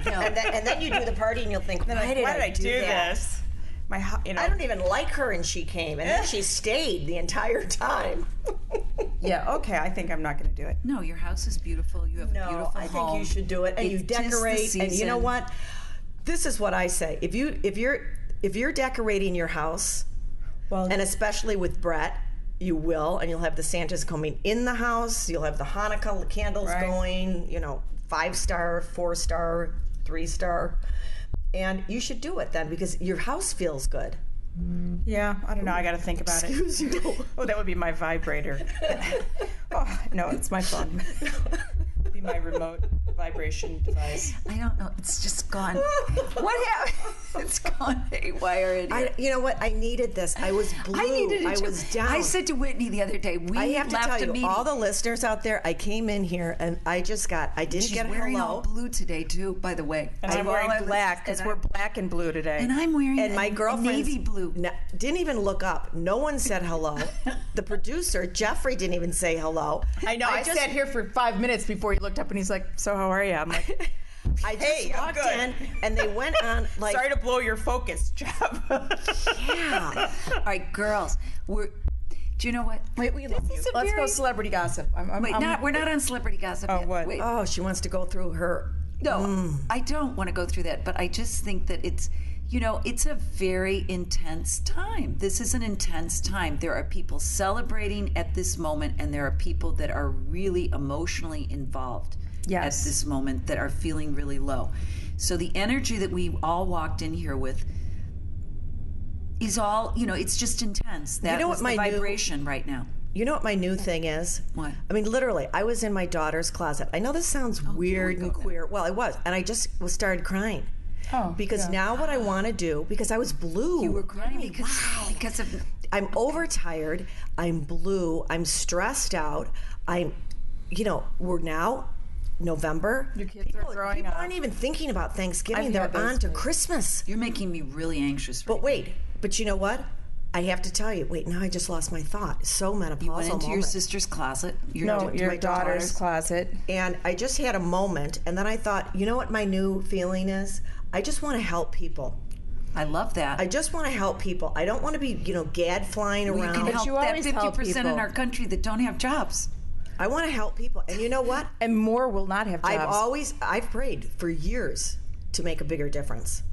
Speaker 3: and, then, and then you do the party, and you'll think, why, did,
Speaker 4: why
Speaker 3: I do that?
Speaker 4: this? My, ho- you know,
Speaker 3: I don't even like her, and she came, and then she stayed the entire time.
Speaker 4: yeah, okay. I think I'm not gonna do it.
Speaker 1: No, your house is beautiful. You have a
Speaker 3: No,
Speaker 1: beautiful
Speaker 3: I think
Speaker 1: home.
Speaker 3: you should do it, and you
Speaker 1: It's just the
Speaker 3: decorate, and you know
Speaker 1: season.
Speaker 3: what? This is what I say: if you if you're if you're decorating your house,
Speaker 4: Well,
Speaker 3: and especially with Brett, you will, and you'll have the Santas coming in the house. You'll have the Hanukkah candles
Speaker 4: Right.
Speaker 3: going. You know, five star, four star, three star, and you should do it then because your house feels good.
Speaker 4: yeah, I don't know. I gotta think about it.
Speaker 3: Excuse you.
Speaker 4: Oh, that would be my vibrator. oh, no, it's my phone. It'd be my remote vibration device.
Speaker 1: I don't know. It's just gone. what happened? It's gone haywire. In here.
Speaker 3: I, you know what? I needed this. I was blue.
Speaker 1: I needed it
Speaker 3: I
Speaker 1: too.
Speaker 3: was down.
Speaker 1: I said to Whitney the other day, we
Speaker 3: I have to
Speaker 1: left
Speaker 3: tell
Speaker 1: a
Speaker 3: you,
Speaker 1: meeting.
Speaker 3: all the listeners out there, I came in here and I just got. I didn't
Speaker 1: She's
Speaker 3: get a
Speaker 1: wearing
Speaker 3: hello.
Speaker 1: all blue today too, by the way.
Speaker 4: And
Speaker 1: So
Speaker 4: I'm
Speaker 1: all I
Speaker 4: wearing
Speaker 1: was-
Speaker 4: black because
Speaker 1: and
Speaker 4: we're
Speaker 1: I'm-
Speaker 4: black and blue today.
Speaker 1: And I'm wearing
Speaker 3: And my
Speaker 1: a- a
Speaker 3: girlfriend
Speaker 1: navy blue.
Speaker 3: didn't even look up. No one said hello. the producer Jeffrey didn't even say hello.
Speaker 5: I know. I,
Speaker 3: just-
Speaker 5: sat here for five minutes before he looked up and he's like,
Speaker 4: so how are you? I'm like,
Speaker 3: I just
Speaker 7: Hey, I'm
Speaker 3: walked
Speaker 7: good.
Speaker 3: in and they went on like
Speaker 7: Sorry to blow your focus, Jeff.
Speaker 3: yeah.
Speaker 1: All right, girls, we're. Do you know what? Wait, we love you.
Speaker 5: Let's go celebrity gossip. I'm, I'm,
Speaker 1: Wait,
Speaker 4: um,
Speaker 5: I'm-
Speaker 1: not we're not on celebrity gossip.
Speaker 7: Oh,
Speaker 1: yet.
Speaker 7: what?
Speaker 1: Wait,
Speaker 3: Oh, she wants to go through her.
Speaker 1: no, I don't want to go through that, but I just think that it's, you know, it's a very intense time. This is an intense time. There are people celebrating at this moment, and there are people that are really emotionally involved
Speaker 5: Yes.
Speaker 1: at this moment that are feeling really low. So the energy that we all walked in here with is all, you know, it's just intense. That
Speaker 3: know
Speaker 1: was
Speaker 3: what
Speaker 1: the
Speaker 3: my new-
Speaker 1: vibration right now.
Speaker 3: You know what my new thing is?
Speaker 1: What?
Speaker 3: I mean, literally, I was in my daughter's closet. I know this sounds weird and queer. Well, I was, and I just was started crying.
Speaker 5: Oh,
Speaker 3: Because now what I want to do, because I was blue.
Speaker 1: You were crying because because of
Speaker 3: I'm overtired. I'm blue. I'm stressed out. I'm, you know, we're now November. Your
Speaker 5: kids are growing
Speaker 3: people
Speaker 5: up.
Speaker 3: aren't even thinking about Thanksgiving.
Speaker 5: I've
Speaker 3: They're
Speaker 5: had those
Speaker 3: on to Christmas.
Speaker 1: You're making me really anxious.
Speaker 3: But wait, but you know what? I have to tell you. Wait, now I just lost my thought. It's So menopausal
Speaker 1: you went into your
Speaker 3: moment.
Speaker 1: sister's closet. Your
Speaker 5: no, your
Speaker 3: my
Speaker 5: daughter's,
Speaker 3: daughter's.
Speaker 5: closet.
Speaker 3: and I just had a moment, and then I thought, you know what my new feeling is? I just want to help people.
Speaker 1: I love that.
Speaker 3: I just want to help people. I don't want to be, you know, gadflying
Speaker 1: you
Speaker 3: around.
Speaker 1: can help
Speaker 5: you
Speaker 1: that
Speaker 5: always help
Speaker 1: percent in
Speaker 5: people.
Speaker 1: our country that don't have jobs.
Speaker 3: I want to help people. And you know what?
Speaker 5: And more will not have jobs.
Speaker 3: I've always I've prayed for years to make a bigger difference.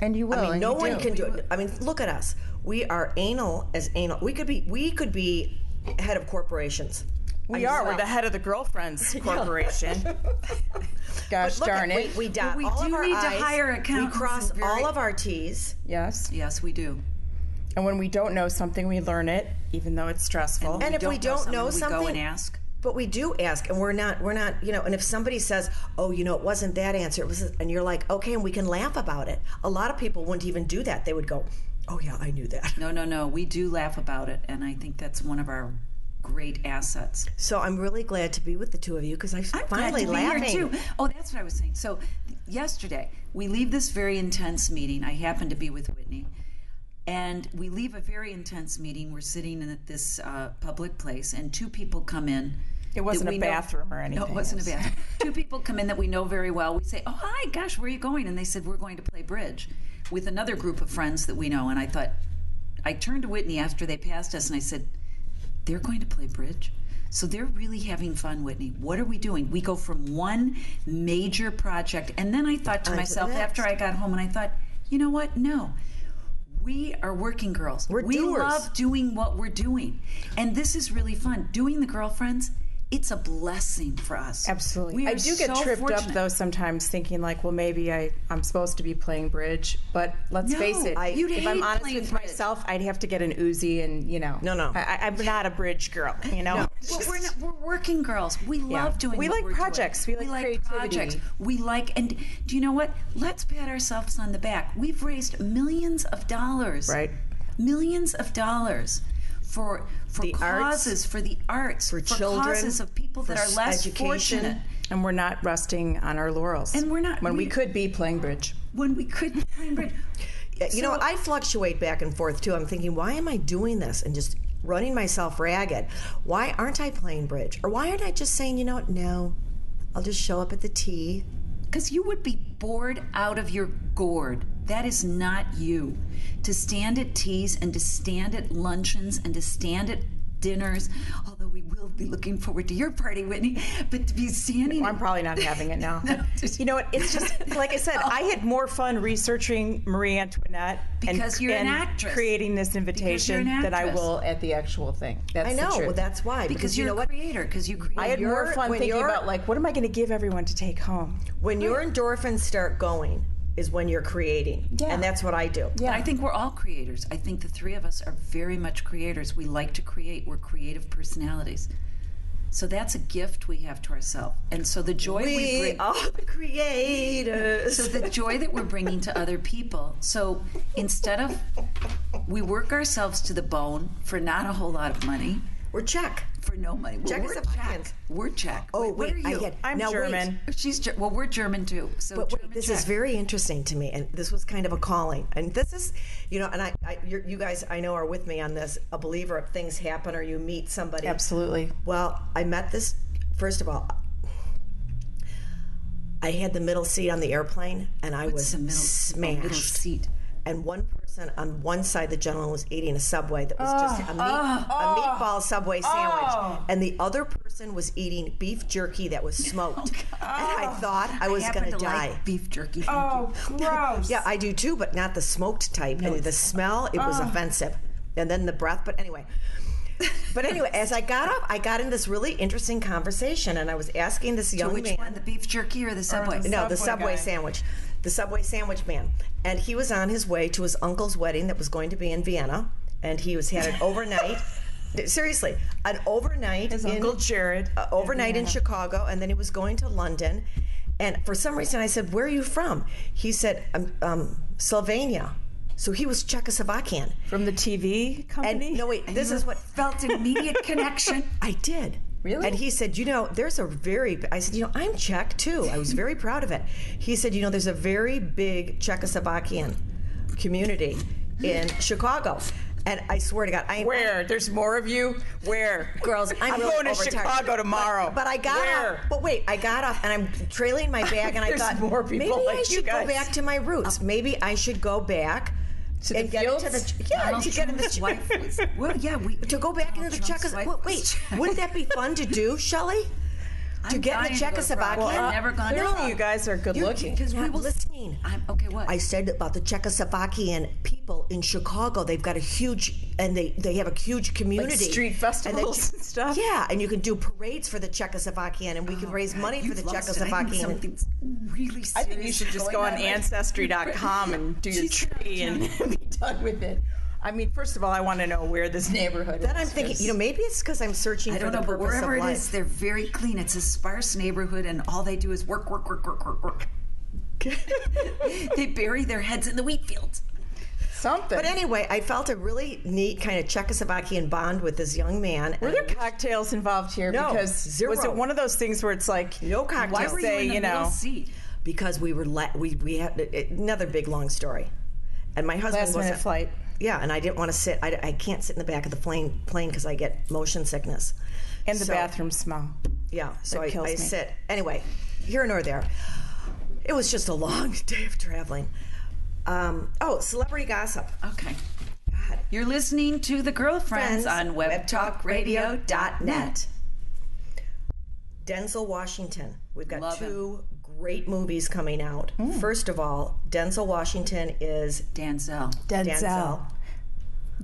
Speaker 5: and you will.
Speaker 3: I
Speaker 1: Oh,
Speaker 3: mean,
Speaker 5: and
Speaker 3: no
Speaker 5: you do.
Speaker 3: one can do it. I mean, look at us. We are anal as anal. We could be we could be head of corporations.
Speaker 7: we are. We're the head of the Girlfriends Corporation.
Speaker 5: Gosh
Speaker 3: Look
Speaker 5: darn
Speaker 3: at,
Speaker 5: it.
Speaker 3: We, we dot
Speaker 1: But we
Speaker 3: all of
Speaker 1: do
Speaker 3: our
Speaker 1: need to
Speaker 3: I's.
Speaker 1: hire accountants
Speaker 3: We cross
Speaker 1: and very-
Speaker 3: all of our T's.
Speaker 5: yes.
Speaker 1: Yes, we do.
Speaker 5: And when we don't know something, we learn it.
Speaker 7: Even though it's stressful.
Speaker 3: And if we don't know something,
Speaker 1: we go and ask.
Speaker 3: But we do ask, and we're not, we're not, you know. And if somebody says, "Oh, you know, it wasn't that answer," it was, and you're like, "Okay," and we can laugh about it. A lot of people wouldn't even do that. They would go, "Oh yeah, I knew that."
Speaker 1: No, no, no. We do laugh about it, and I think that's one of our great assets.
Speaker 3: So I'm really glad to be with the two of you because I
Speaker 1: I'm
Speaker 3: finally
Speaker 1: glad to
Speaker 3: laughing.
Speaker 1: be here too. Oh, that's what I was saying. So yesterday we leave this very intense meeting. I happened to be with Whitney, and we leave a very intense meeting. We're sitting in this uh, public place, and two people come in.
Speaker 7: It wasn't a bathroom or anything.
Speaker 1: No, it wasn't a bathroom. two people come in that we know very well. We say, "Oh, hi, gosh, where are you going?" And they said, "We're going to play bridge with another group of friends that we know." And I thought, I turned to Whitney after they passed us, and I said, they're going to play bridge. So they're really having fun, Whitney. What are we doing? We go from one major project. And then I thought to
Speaker 3: the
Speaker 1: myself after I got home, and I thought, you know what? No. We are working girls.
Speaker 3: We're
Speaker 1: we
Speaker 3: doers.
Speaker 1: love doing what we're doing. And this is really fun. Doing the girlfriends, it's a blessing for us.
Speaker 5: Absolutely.
Speaker 1: We
Speaker 5: I
Speaker 1: are
Speaker 5: do get
Speaker 1: so
Speaker 5: tripped up
Speaker 1: fortunate.
Speaker 5: though sometimes thinking like, well, maybe I, I'm supposed to be playing bridge, but let's
Speaker 1: No,
Speaker 5: face it.
Speaker 1: I- you'd
Speaker 5: if
Speaker 1: hate
Speaker 5: I'm honest
Speaker 1: playing
Speaker 5: with
Speaker 1: bridge.
Speaker 5: myself, I'd have to get an Uzi and, you know.
Speaker 3: No, no.
Speaker 5: I-
Speaker 7: I, I'm not a bridge girl, you know?
Speaker 1: Well, we're, not, we're working girls. We love doing.
Speaker 5: We
Speaker 1: what
Speaker 5: like
Speaker 1: we're doing.
Speaker 5: projects. We like creativity.
Speaker 1: projects. We like, and do you know what? Let's pat ourselves on the back. We've raised millions of dollars.
Speaker 5: Right.
Speaker 1: Millions of dollars for for
Speaker 3: The arts,
Speaker 1: causes, for the arts,
Speaker 3: for children,
Speaker 1: causes of people that
Speaker 3: for
Speaker 1: are less
Speaker 3: education.
Speaker 1: fortunate.
Speaker 5: and we're not resting on our laurels.
Speaker 1: And we're not-
Speaker 5: When we,
Speaker 1: we-
Speaker 5: could be playing bridge.
Speaker 1: When we could,
Speaker 3: You know, I fluctuate back and forth too. I'm thinking, why am I doing this and just running myself ragged? Why aren't I playing bridge? Or why aren't I just saying, you know what? No, I'll just show up at the tea.
Speaker 1: because you would be bored out of your gourd. That is not you. To stand at teas and to stand at luncheons and to stand at dinners, although we will be looking forward to your party, Whitney, but to be standing.
Speaker 5: I'm probably not having it now.
Speaker 7: You know what? It's just, like I said, I had more fun researching Marie Antoinette
Speaker 1: Because
Speaker 7: and,
Speaker 1: you're an
Speaker 7: and
Speaker 1: actress.
Speaker 7: creating this invitation
Speaker 1: an
Speaker 7: that
Speaker 5: that I
Speaker 7: I
Speaker 1: actress.
Speaker 5: will at the actual thing. That's
Speaker 3: I
Speaker 5: the
Speaker 3: know.
Speaker 5: truth.
Speaker 3: Well, that's why.
Speaker 1: because
Speaker 3: you
Speaker 1: you're
Speaker 3: know
Speaker 1: a
Speaker 3: what?
Speaker 1: creator, because you create.
Speaker 5: I had more
Speaker 3: you're-
Speaker 5: fun
Speaker 3: when
Speaker 5: thinking
Speaker 3: you're-
Speaker 5: about like, what am I going to give everyone to take home?
Speaker 3: When your endorphins start going is when you're creating.
Speaker 5: Yeah.
Speaker 3: And that's what I do.
Speaker 1: But I think we're all creators. I think the three of us are very much creators. We like to create. We're creative personalities. So that's a gift we have to ourselves. And so the joy we,
Speaker 3: We
Speaker 1: bring,
Speaker 3: are the creators.
Speaker 1: So the joy that we're bringing to other people. So instead of we work ourselves to the bone for not a whole lot of money,
Speaker 3: We're Czech.
Speaker 1: for no money. Well,
Speaker 3: Czech is
Speaker 1: we're
Speaker 3: a
Speaker 1: Czech.
Speaker 3: Balkans.
Speaker 1: We're Czech.
Speaker 3: Oh,
Speaker 1: what
Speaker 3: wait,
Speaker 1: are
Speaker 3: I
Speaker 1: you? Oh,
Speaker 3: get-
Speaker 7: I'm
Speaker 3: Now, wait.
Speaker 7: German.
Speaker 1: She's Ger- well, we're German too. So
Speaker 3: But
Speaker 1: German
Speaker 3: wait, this is
Speaker 1: Czech.
Speaker 3: very interesting to me, and this was kind of a calling. And this is, you know, and I, I you're, you guys, I know, are with me on this. A believer if things happen, or you meet somebody.
Speaker 5: Absolutely.
Speaker 3: Well, I met this. First of all, I had the middle seat on the airplane, and I was
Speaker 1: What's the middle,
Speaker 3: smashed.
Speaker 1: middle seat?
Speaker 3: and one person on one side of the gentleman was eating a subway that was just
Speaker 1: Ah.
Speaker 3: a, meat, a meatball subway sandwich
Speaker 1: Oh.
Speaker 3: and the other person was eating beef jerky that was smoked and i thought i was
Speaker 1: happen
Speaker 3: going
Speaker 1: to
Speaker 3: to die
Speaker 1: like beef jerky. Thank
Speaker 4: Oh, gross.
Speaker 3: yeah i do too but not the smoked type and the smell it
Speaker 1: Ah.
Speaker 3: was offensive and then the breath but anyway but anyway as i got up i got in this really interesting conversation and i was asking this
Speaker 1: you.
Speaker 3: young
Speaker 1: Which
Speaker 3: man
Speaker 1: one, the beef jerky or the Subway?
Speaker 3: no, the
Speaker 4: Subway
Speaker 3: Subway
Speaker 4: guy.
Speaker 3: sandwich. The Subway sandwich man. And he was on his way to his uncle's wedding that was going to be in Vienna. And he was had an overnight. Seriously, an overnight. His
Speaker 7: Uncle Jared.
Speaker 3: uh, overnight in Chicago, and then he was going to London. And for some reason, I said, "Where are you from?" He said, um, um, "Slovenia." So he was Czechoslovakian.
Speaker 7: From the TV
Speaker 3: And
Speaker 7: company?
Speaker 3: no, wait, this is what
Speaker 1: felt immediate connection.
Speaker 3: I did. Really? And he said, you know, there's a very, I said, you know, I'm Czech too. I was very proud of it. He said, you know, there's a very big Czechoslovakian community in Chicago. And I swear to God, I
Speaker 7: Where? There's more of you? Where?
Speaker 3: girls, I'm,
Speaker 7: I'm
Speaker 3: really
Speaker 7: going to
Speaker 3: overtired.
Speaker 7: Chicago
Speaker 3: But-
Speaker 7: tomorrow.
Speaker 3: But, I got
Speaker 7: Where?
Speaker 3: up. But wait, I got up and I'm trailing my bag, and I
Speaker 7: There's
Speaker 3: thought
Speaker 7: more people
Speaker 3: maybe
Speaker 7: like
Speaker 3: I
Speaker 7: you
Speaker 3: should
Speaker 7: guys.
Speaker 3: go back to my roots. Maybe I should go back
Speaker 7: the
Speaker 3: and get into
Speaker 7: fields?
Speaker 3: the yeah
Speaker 1: Donald
Speaker 3: to get in
Speaker 1: Trump's
Speaker 3: the
Speaker 1: wife was- well, yeah, we
Speaker 3: to go back into
Speaker 1: Donald
Speaker 3: the
Speaker 1: Trump's
Speaker 3: Czechos. Wait,
Speaker 1: wife was
Speaker 3: wait,
Speaker 1: Czech.
Speaker 3: wouldn't that be fun to do, Shelley? To
Speaker 1: I'm
Speaker 3: get in the
Speaker 1: dying to go to Prague.
Speaker 3: Czechoslovakian?
Speaker 1: Well, I've never gone to
Speaker 7: Clearly
Speaker 1: Prague.
Speaker 7: you guys are good
Speaker 3: You're
Speaker 7: looking.
Speaker 1: because we
Speaker 3: not
Speaker 1: will-
Speaker 3: listening.
Speaker 1: I'm okay. What?
Speaker 3: I said about the Czechoslovakian people in Chicago. They've got a huge, and they, they have a huge community.
Speaker 7: street
Speaker 3: And they-
Speaker 7: festivals and stuff?
Speaker 3: Yeah, and you can do parades for the Czechoslovakian, and we can raise money for
Speaker 1: Oh, You've
Speaker 3: the
Speaker 1: lost it. I think
Speaker 3: Czechoslovakian.
Speaker 1: Something's really serious.
Speaker 7: I think you should just
Speaker 1: going
Speaker 7: go on
Speaker 1: right now.
Speaker 7: ancestry.com and do your tree and be done with it. I mean, first of all, I want to know where this neighborhood
Speaker 3: Then
Speaker 7: is.
Speaker 3: I'm thinking, you know, maybe it's because I'm searching
Speaker 1: I
Speaker 3: for
Speaker 1: don't
Speaker 3: the
Speaker 1: know, but
Speaker 3: purpose
Speaker 1: wherever
Speaker 3: of
Speaker 1: it
Speaker 3: life.
Speaker 1: is, they're very clean. It's a sparse neighborhood, and all they do is work, work, work, work, work, work. they bury their heads in the wheat fields.
Speaker 7: something.
Speaker 3: But anyway, I felt a really neat kind of Czechoslovakian bond with this young man.
Speaker 7: Were there cocktails involved here?
Speaker 3: No,
Speaker 7: because was
Speaker 3: zero.
Speaker 7: it one of those things where it's like
Speaker 3: No
Speaker 7: Why
Speaker 3: cocktails.
Speaker 7: were say,
Speaker 1: in the
Speaker 7: you
Speaker 1: middle
Speaker 7: know,
Speaker 1: seat.
Speaker 3: because we were la- we we had it- another big long story, and my husband
Speaker 7: last
Speaker 3: was
Speaker 7: minute flight?
Speaker 3: Yeah, and I didn't want to sit. I, I can't sit in the back of the plane plane because I get motion sickness.
Speaker 7: And the
Speaker 3: So-
Speaker 7: bathroom smell.
Speaker 3: Yeah, so I,
Speaker 7: kills
Speaker 3: I
Speaker 7: me.
Speaker 3: sit anyway, here nor there. It was just a long day of traveling. Um, oh, celebrity gossip.
Speaker 1: Okay.
Speaker 3: God,
Speaker 1: You're listening to The Girlfriends on webtalkradio.net.
Speaker 3: Denzel Washington. We've got
Speaker 1: Love him.
Speaker 3: two great movies coming out.
Speaker 7: Mm.
Speaker 3: First of all, Denzel Washington is
Speaker 1: Denzel.
Speaker 3: Denzel.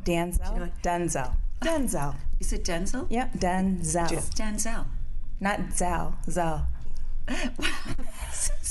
Speaker 7: Denzel. Denzel. Denzel.
Speaker 1: Is it Denzel?
Speaker 7: Yep. Denzel.
Speaker 1: Denzel.
Speaker 7: Not Zal. Zal.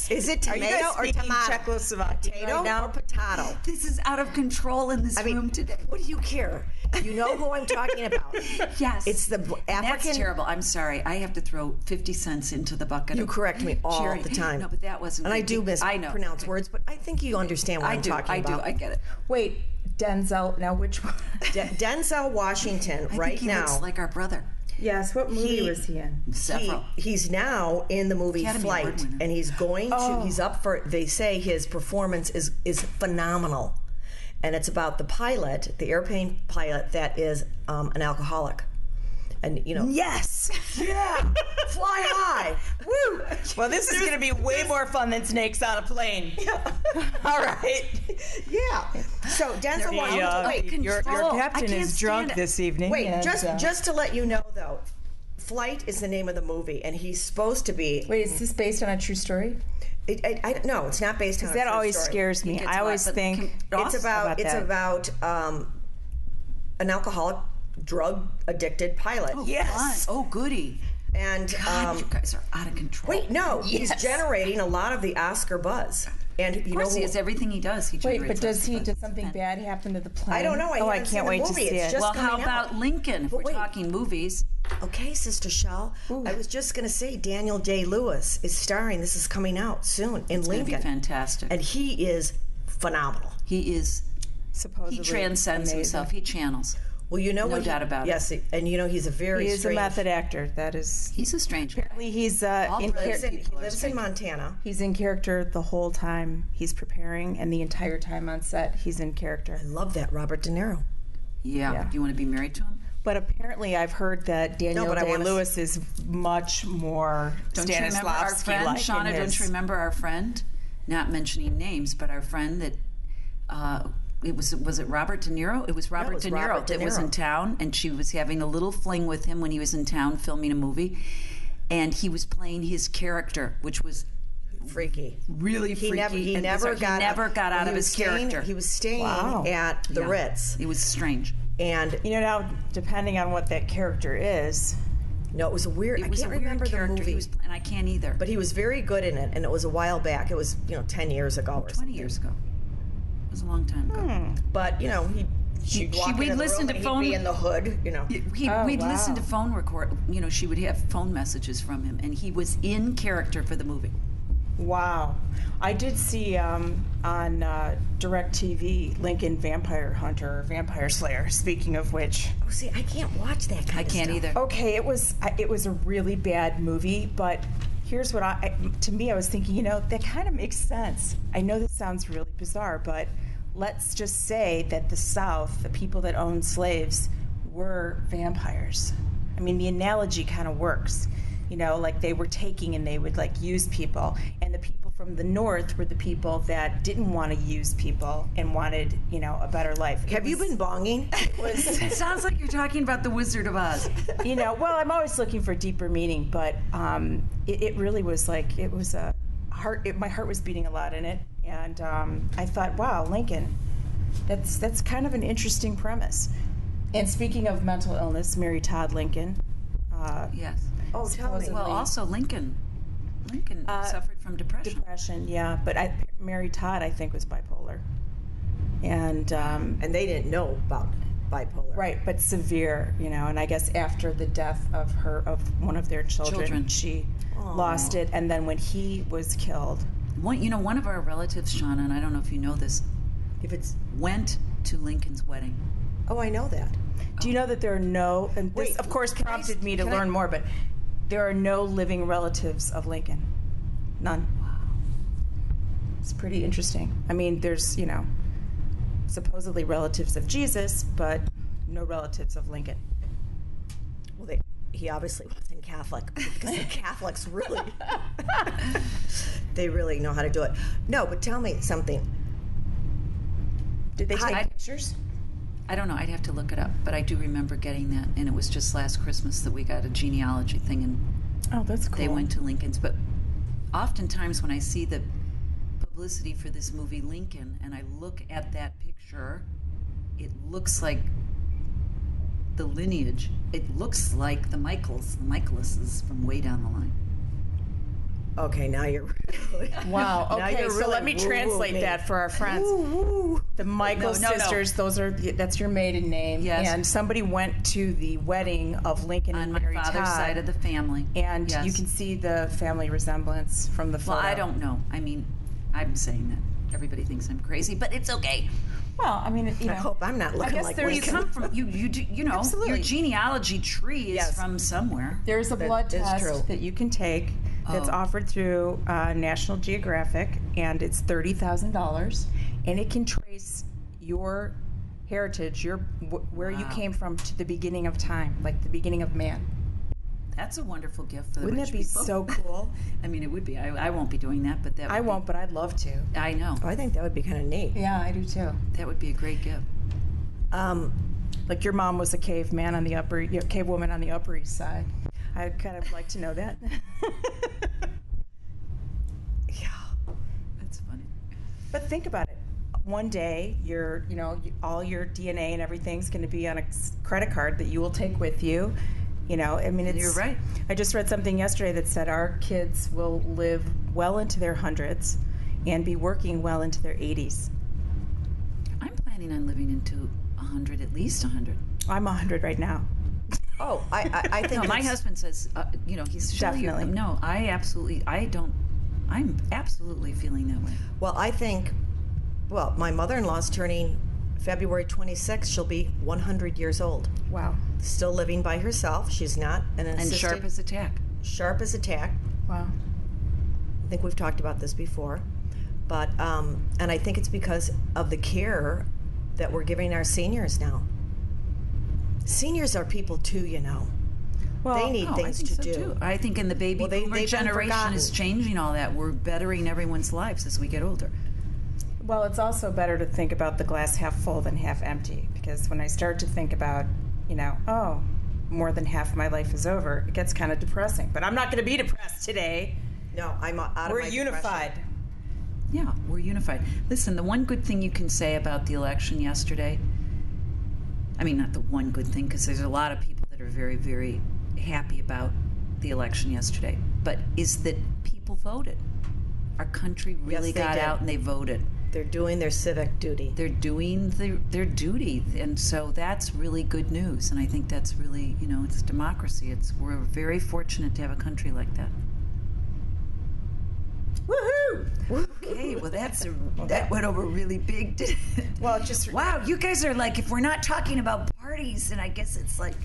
Speaker 3: Is it tomato or tomato?
Speaker 7: Czechoslovakian
Speaker 3: Potato or potato?
Speaker 1: This is out of control in this
Speaker 3: mean-
Speaker 1: room today.
Speaker 3: What do you care? You know who I'm talking about.
Speaker 1: Yes.
Speaker 3: It's the bl- African.
Speaker 1: That's terrible. I'm sorry. I have to throw 50 cents into the bucket.
Speaker 3: You
Speaker 1: of
Speaker 3: correct me all
Speaker 1: charity.
Speaker 3: the time.
Speaker 1: No, but that wasn't
Speaker 3: And I
Speaker 1: good.
Speaker 3: do mispronounce
Speaker 1: I know.
Speaker 3: words, but I think you understand what
Speaker 1: I
Speaker 3: am
Speaker 1: do.
Speaker 3: talking
Speaker 1: I do.
Speaker 3: about.
Speaker 1: I get it.
Speaker 7: Wait, Denzel. Now which one?
Speaker 3: De- Denzel Washington,
Speaker 1: I
Speaker 3: right
Speaker 1: think he
Speaker 3: now.
Speaker 1: looks like our brother.
Speaker 7: yes. What movie was he in?
Speaker 3: he,
Speaker 1: Several.
Speaker 3: he's now in the movie
Speaker 1: Academy Award
Speaker 3: Flight,
Speaker 1: winner.
Speaker 3: and he's going to. He's up for. They say his performance is is phenomenal, and it's about the pilot, the airplane pilot that is um, an alcoholic, and you know.
Speaker 7: Yes.
Speaker 3: Yeah, fly high. Woo!
Speaker 7: Well, this is going to be way more fun than snakes on a plane. All right.
Speaker 3: Yeah. So Denzel Washington.
Speaker 7: Yeah.
Speaker 3: wait,
Speaker 1: Control.
Speaker 7: Your, your captain
Speaker 1: I can't
Speaker 7: is drunk
Speaker 1: stand it.
Speaker 7: this evening.
Speaker 3: wait.
Speaker 7: and,
Speaker 3: just
Speaker 7: uh,
Speaker 3: just to let you know though, Flight is the name of the movie, and he's supposed to be.
Speaker 7: Wait, is this based on a true story?
Speaker 3: It, I, I, no, it's not based on. a
Speaker 7: That
Speaker 3: true
Speaker 7: always
Speaker 3: story.
Speaker 7: scares me.
Speaker 1: gets
Speaker 7: I
Speaker 1: what,
Speaker 7: always
Speaker 1: but
Speaker 7: think
Speaker 1: com-
Speaker 3: It's about, it's
Speaker 7: that.
Speaker 3: about um, an alcoholic, drug addicted pilot,
Speaker 7: yes.
Speaker 1: Fun. Oh, goody.
Speaker 3: and
Speaker 1: God, you
Speaker 3: um,
Speaker 1: guys are out of control.
Speaker 3: wait, no,
Speaker 7: Yes.
Speaker 3: he's generating a lot of the Oscar buzz, and you
Speaker 1: Of course
Speaker 3: know,
Speaker 1: he
Speaker 3: who-
Speaker 1: is. Everything he does, he
Speaker 7: Wait, but
Speaker 1: generates
Speaker 7: does he?
Speaker 1: us,
Speaker 7: Does
Speaker 1: but-
Speaker 7: something bad happen to the plane?
Speaker 3: I don't know. I
Speaker 7: oh,
Speaker 3: haven't
Speaker 7: I can't
Speaker 3: seen the
Speaker 7: wait to
Speaker 3: movie.
Speaker 7: see
Speaker 3: It's
Speaker 7: it.
Speaker 3: just-
Speaker 1: Well, how
Speaker 3: coming out?
Speaker 1: about Lincoln? If we're
Speaker 3: wait.
Speaker 1: talking movies,
Speaker 3: okay, Sister Shell. I was just gonna say Daniel Day Lewis is starring. This is coming out soon in
Speaker 1: it'd be
Speaker 3: Lincoln,
Speaker 1: fantastic.
Speaker 3: and he is phenomenal.
Speaker 1: he is.
Speaker 7: supposedly
Speaker 1: He transcends
Speaker 7: amazing.
Speaker 1: himself. He channels.
Speaker 3: Well, you know,
Speaker 1: No
Speaker 3: what he-
Speaker 1: doubt about it.
Speaker 3: yes, Yes, and you know he's a very
Speaker 7: He is a
Speaker 3: strange-
Speaker 7: method actor. That is.
Speaker 1: He's a strange guy.
Speaker 7: He's uh,
Speaker 1: All
Speaker 7: in,
Speaker 1: brilliant
Speaker 7: char-
Speaker 3: He lives in- he lives in Montana.
Speaker 7: he's in character the whole time he's preparing, and the entire time on set, he's in character.
Speaker 3: Love that Robert De Niro.
Speaker 1: Yeah.
Speaker 7: Yeah.
Speaker 1: Do you want to be married to him?
Speaker 4: But apparently, I've heard that Daniel
Speaker 8: but I
Speaker 4: Day
Speaker 8: wanna s-
Speaker 4: Lewis is much more
Speaker 1: Don't you remember our friend,
Speaker 4: Stanislavski-like. in
Speaker 1: Shauna? Don't
Speaker 4: his-
Speaker 1: you remember our friend? Not mentioning names, but our friend that uh, it was was it Robert De Niro? It was Robert
Speaker 3: was
Speaker 1: De Niro
Speaker 3: Robert De
Speaker 1: that was in
Speaker 3: Niro.
Speaker 1: town, and she was having a little fling with him when he was in town filming a movie, and he was playing his character, which was
Speaker 3: freaky.
Speaker 1: really
Speaker 3: He
Speaker 1: freaky.
Speaker 3: never he
Speaker 1: and
Speaker 3: never
Speaker 1: bizarre. He
Speaker 3: got
Speaker 1: never
Speaker 3: up-
Speaker 1: got out
Speaker 3: he
Speaker 1: of
Speaker 3: was
Speaker 1: his
Speaker 3: staying-
Speaker 1: character.
Speaker 3: He was staying
Speaker 4: Wow.
Speaker 3: at the
Speaker 1: Yeah.
Speaker 3: Ritz,
Speaker 1: It was strange.
Speaker 3: and
Speaker 4: You know, now depending on what that character is,
Speaker 3: no, it was a weird.
Speaker 1: It was
Speaker 3: I can't
Speaker 1: a weird
Speaker 3: remember
Speaker 1: character
Speaker 3: the movie,
Speaker 1: he was, and I can't either.
Speaker 3: but he was very good in it, and it was a while back. It was you know ten years ago or
Speaker 1: twenty
Speaker 3: something.
Speaker 1: years ago, it was a long time ago.
Speaker 3: Hmm. But you know he. She'd
Speaker 1: she-
Speaker 3: walk
Speaker 1: we'd
Speaker 3: into the
Speaker 1: listen
Speaker 3: room
Speaker 1: to
Speaker 3: and
Speaker 1: phone-
Speaker 3: He'd be in the hood, you know.
Speaker 1: He, we'd listen to phone record. You know, she would have phone messages from him, and he was in character for the movie.
Speaker 4: wow. I did see um, on uh, DirecTV Lincoln Vampire Hunter or Vampire Slayer, speaking of which.
Speaker 3: Oh, see, I can't watch that kind
Speaker 1: I
Speaker 3: of
Speaker 1: can't
Speaker 3: stuff.
Speaker 1: either.
Speaker 4: okay it was I- it was a really bad movie but here's what I, I to me i was thinking you know that kind of makes sense i know this sounds really bizarre but let's just say that the south the people that owned slaves were vampires i mean the analogy kind of works you know like they were taking and they would like use people and the people from the north were the people that didn't want to use people and wanted you know a better life It
Speaker 3: Have you
Speaker 4: was-
Speaker 3: been bonging?
Speaker 1: It sounds like you're talking about the Wizard of Oz.
Speaker 4: you know, well, I'm always looking for deeper meaning, but um, it, it really was like it was a heart. It, my heart was beating a lot in it, and um, I thought, wow, Lincoln, that's that's kind of an interesting premise. And speaking of mental illness, Mary Todd Lincoln. Uh,
Speaker 1: Yes.
Speaker 4: oh, tell me.
Speaker 1: Well, also Lincoln. Lincoln suffered from depression.
Speaker 4: depression, yeah, but I, Mary Todd, I think, was bipolar, and um,
Speaker 3: and they didn't know about bipolar.
Speaker 4: Right, but severe, you know. And I guess after the death of her of one of their children,
Speaker 1: Children.
Speaker 4: she lost it. And then when he was killed,
Speaker 1: one, you know, one of our relatives, Shauna, and I don't know if you know this,
Speaker 3: If it's
Speaker 1: went to Lincoln's wedding.
Speaker 3: oh, I know that.
Speaker 4: do you know that there are no? And this,
Speaker 3: Wait,
Speaker 4: of course, prompted me to
Speaker 1: can I-
Speaker 4: learn more. But there are no living relatives of Lincoln, none. Wow, it's pretty interesting. I mean, there's you know, supposedly relatives of Jesus, but no relatives of Lincoln.
Speaker 3: Well, they, he obviously wasn't Catholic because the Catholics really, they really know how to do it. No, but tell me something.
Speaker 4: Did they take
Speaker 1: I-
Speaker 4: pictures?
Speaker 1: I don't know. I'd have to look it up, but I do remember getting that, and it was just last Christmas that we got a genealogy thing, and
Speaker 4: Oh, that's cool.
Speaker 1: they went to Lincoln's. But oftentimes, when I see the publicity for this movie Lincoln, and I look at that picture, it looks like the lineage. It looks like the Michaels, the Michaelises from way down the line.
Speaker 3: Okay, now you're really.
Speaker 4: Wow.
Speaker 3: Now
Speaker 4: Okay,
Speaker 3: you're
Speaker 4: so
Speaker 3: really
Speaker 4: let me
Speaker 3: woo-woo
Speaker 4: translate
Speaker 3: me.
Speaker 4: that for our friends. The Michael
Speaker 1: No, no, no.
Speaker 4: sisters. Those are that's your maiden name.
Speaker 1: Yes.
Speaker 4: And somebody went to the wedding of Lincoln
Speaker 1: On
Speaker 4: and
Speaker 1: my
Speaker 4: Mary
Speaker 1: father's
Speaker 4: Todd,
Speaker 1: side of the family.
Speaker 4: and
Speaker 1: Yes.
Speaker 4: you can see the family resemblance from the photo.
Speaker 1: Well, I don't know. I mean, I'm saying that. Everybody thinks I'm crazy, but it's okay.
Speaker 4: Well, I mean, you
Speaker 3: I
Speaker 4: know,
Speaker 3: hope I'm not looking
Speaker 4: guess
Speaker 3: like
Speaker 4: there
Speaker 1: You
Speaker 3: Lincoln.
Speaker 1: come from you you do, you know your
Speaker 4: Absolutely.
Speaker 1: genealogy tree is
Speaker 4: Yes.
Speaker 1: from somewhere.
Speaker 4: there's a blood
Speaker 3: is
Speaker 4: test
Speaker 3: true.
Speaker 4: that you can take that's
Speaker 1: Oh.
Speaker 4: offered through uh, National Geographic, and it's thirty thousand dollars, and it can trace your heritage, your wh- where you came from to the beginning of time, like the beginning of man.
Speaker 1: That's a wonderful gift for the
Speaker 4: Wouldn't
Speaker 1: rich
Speaker 4: that be
Speaker 1: people.
Speaker 4: so cool?
Speaker 1: I mean, it would be. I, I won't be doing that, but that
Speaker 4: I
Speaker 1: would
Speaker 4: won't, but I'd love to.
Speaker 1: Be, I know
Speaker 3: Oh, I think that would be kind of neat.
Speaker 4: Yeah, I do too.
Speaker 1: that would be a great gift.
Speaker 3: Um,
Speaker 4: Like your mom was a caveman on the upper, you know, cave woman on the Upper East Side. I'd kind of like to know that.
Speaker 3: yeah.
Speaker 1: That's funny.
Speaker 4: but think about it. One day, your, you know, you- all your DNA and everything's going to be on a s- credit card that you will take with you. You know, I mean, it's.
Speaker 1: You're right.
Speaker 4: I just read something yesterday that said our kids will live well into their hundreds, and be working well into their 80s.
Speaker 1: I'm planning on living into hundred, at least hundred.
Speaker 4: I'm 100 right now.
Speaker 3: Oh, I, I, I think
Speaker 1: No, my
Speaker 3: it's-
Speaker 1: husband says, uh, you know, he's "Shelley, you're-
Speaker 4: Definitely.
Speaker 1: No, I absolutely, I don't. I'm absolutely feeling that way.
Speaker 3: Well, I think. Well, my mother-in-law's turning February 26th. She'll be 100 years old.
Speaker 4: Wow.
Speaker 3: Still living by herself. She's not an
Speaker 1: And
Speaker 3: assisted,
Speaker 1: sharp as a tack.
Speaker 3: sharp as a tack.
Speaker 4: Wow.
Speaker 3: I think we've talked about this before, but um, and I think it's because of the care that we're giving our seniors now. Seniors are people too, you know.
Speaker 1: Well,
Speaker 3: they need
Speaker 1: no, Oh, I
Speaker 3: things
Speaker 1: think
Speaker 3: to
Speaker 1: so,
Speaker 3: do.
Speaker 1: too. I think in the baby
Speaker 3: Well, they-
Speaker 1: boomer
Speaker 3: they've been
Speaker 1: generation
Speaker 3: forgotten.
Speaker 1: is changing all that. We're bettering everyone's lives as we get older.
Speaker 4: Well, it's also better to think about the glass half full than half empty because when I start to think about, you know, oh, more than half my life is over, it gets kind of depressing. But I'm not going to be depressed today.
Speaker 3: No, I'm out of
Speaker 4: We're
Speaker 3: my
Speaker 4: unified.
Speaker 3: depression.
Speaker 1: Yeah, we're unified. Listen, the one good thing you can say about the election yesterday, I mean, not the one good thing, because there's a lot of people that are very, very happy about the election yesterday, but is that people voted. Our country really
Speaker 3: Yes, they
Speaker 1: got
Speaker 3: did.
Speaker 1: out and they voted.
Speaker 3: They're doing their civic duty.
Speaker 1: They're doing the, their duty, and so that's really good news. And I think that's really, you know, it's democracy. It's we're very fortunate to have a country like that.
Speaker 4: Woohoo!
Speaker 1: Okay, well that's a, that went over really big. didn't it?
Speaker 4: Well, it just
Speaker 1: Wow, you guys are like, if we're not talking about parties, then I guess it's like,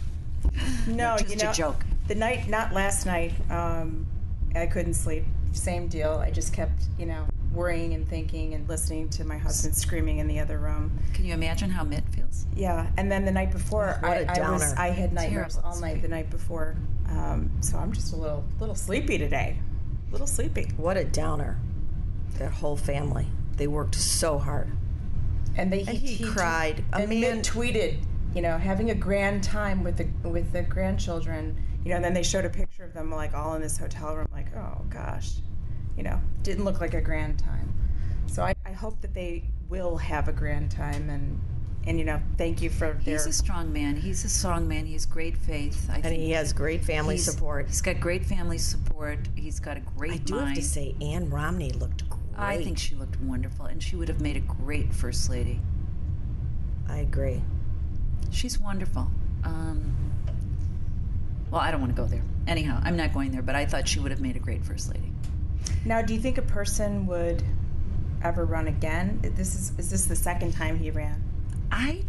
Speaker 3: Oh,
Speaker 4: no,
Speaker 1: just
Speaker 4: you know,
Speaker 1: a joke.
Speaker 4: The night, not last night, um, I couldn't sleep. Same deal. I just kept, you know, worrying and thinking and listening to my husband screaming in the other room.
Speaker 1: Can you imagine how Mitt feels?
Speaker 4: Yeah, and then the night before,
Speaker 3: What
Speaker 4: I,
Speaker 3: a
Speaker 4: I was
Speaker 3: downer.
Speaker 4: I had nightmares
Speaker 1: Terrible.
Speaker 4: all night the night before, um, so I'm just a little little sleepy today, a little sleepy.
Speaker 3: What a downer. Their whole family. They worked so hard.
Speaker 4: And they
Speaker 3: And he cried. A
Speaker 4: and Mitt
Speaker 3: man-
Speaker 4: tweeted, you know, having a grand time with the with the grandchildren. You know, and then they showed a picture of them like all in this hotel room, like oh gosh, you know, didn't look like a grand time. So I, I hope that they will have a grand time and and you know thank you for their
Speaker 1: He's a strong man. He's a strong man. He has great faith. I
Speaker 3: And he has great family
Speaker 1: he's-
Speaker 3: support.
Speaker 1: He's got great family support. He's got a great
Speaker 3: I do have to
Speaker 1: mind.
Speaker 3: say, Anne Romney looked great.
Speaker 1: I think she looked wonderful, and she would have made a great first lady.
Speaker 3: I agree.
Speaker 1: She's wonderful. Um, well, I don't want to go there. Anyhow, I'm not going there. But I thought she would have made a great first lady.
Speaker 4: Now, do you think a person would ever run again? This is is this the second time he ran?
Speaker 1: I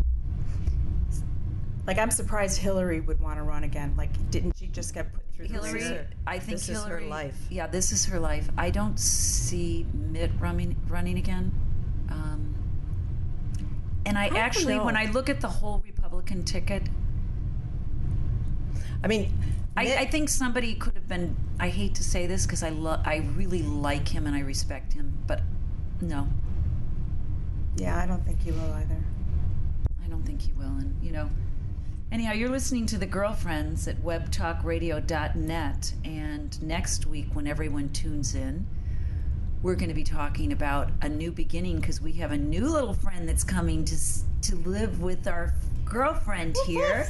Speaker 4: Like I'm surprised Hillary would want to run again. Like didn't she just get put through
Speaker 1: Hillary,
Speaker 4: the ringer?
Speaker 1: I think
Speaker 3: This is her
Speaker 1: Hillary,
Speaker 3: life.
Speaker 1: Yeah, this is her life. I don't see Mitt running running again. Um, and I,
Speaker 3: don't
Speaker 1: actually, when
Speaker 3: know.
Speaker 1: I look at the whole Republican ticket,
Speaker 3: I mean,
Speaker 1: I,
Speaker 3: Mitt-
Speaker 1: I think somebody could have been. I hate to say this because I love, I really like him and I respect him, but no,
Speaker 4: Yeah, I don't think he will either.
Speaker 1: I don't think he will. And, you know, anyhow, you're listening to The Girlfriends at webtalkradio.net. And next week, when everyone tunes in, we're going to be talking about a new beginning because we have a new little friend that's coming to, s- to live with our girlfriend here.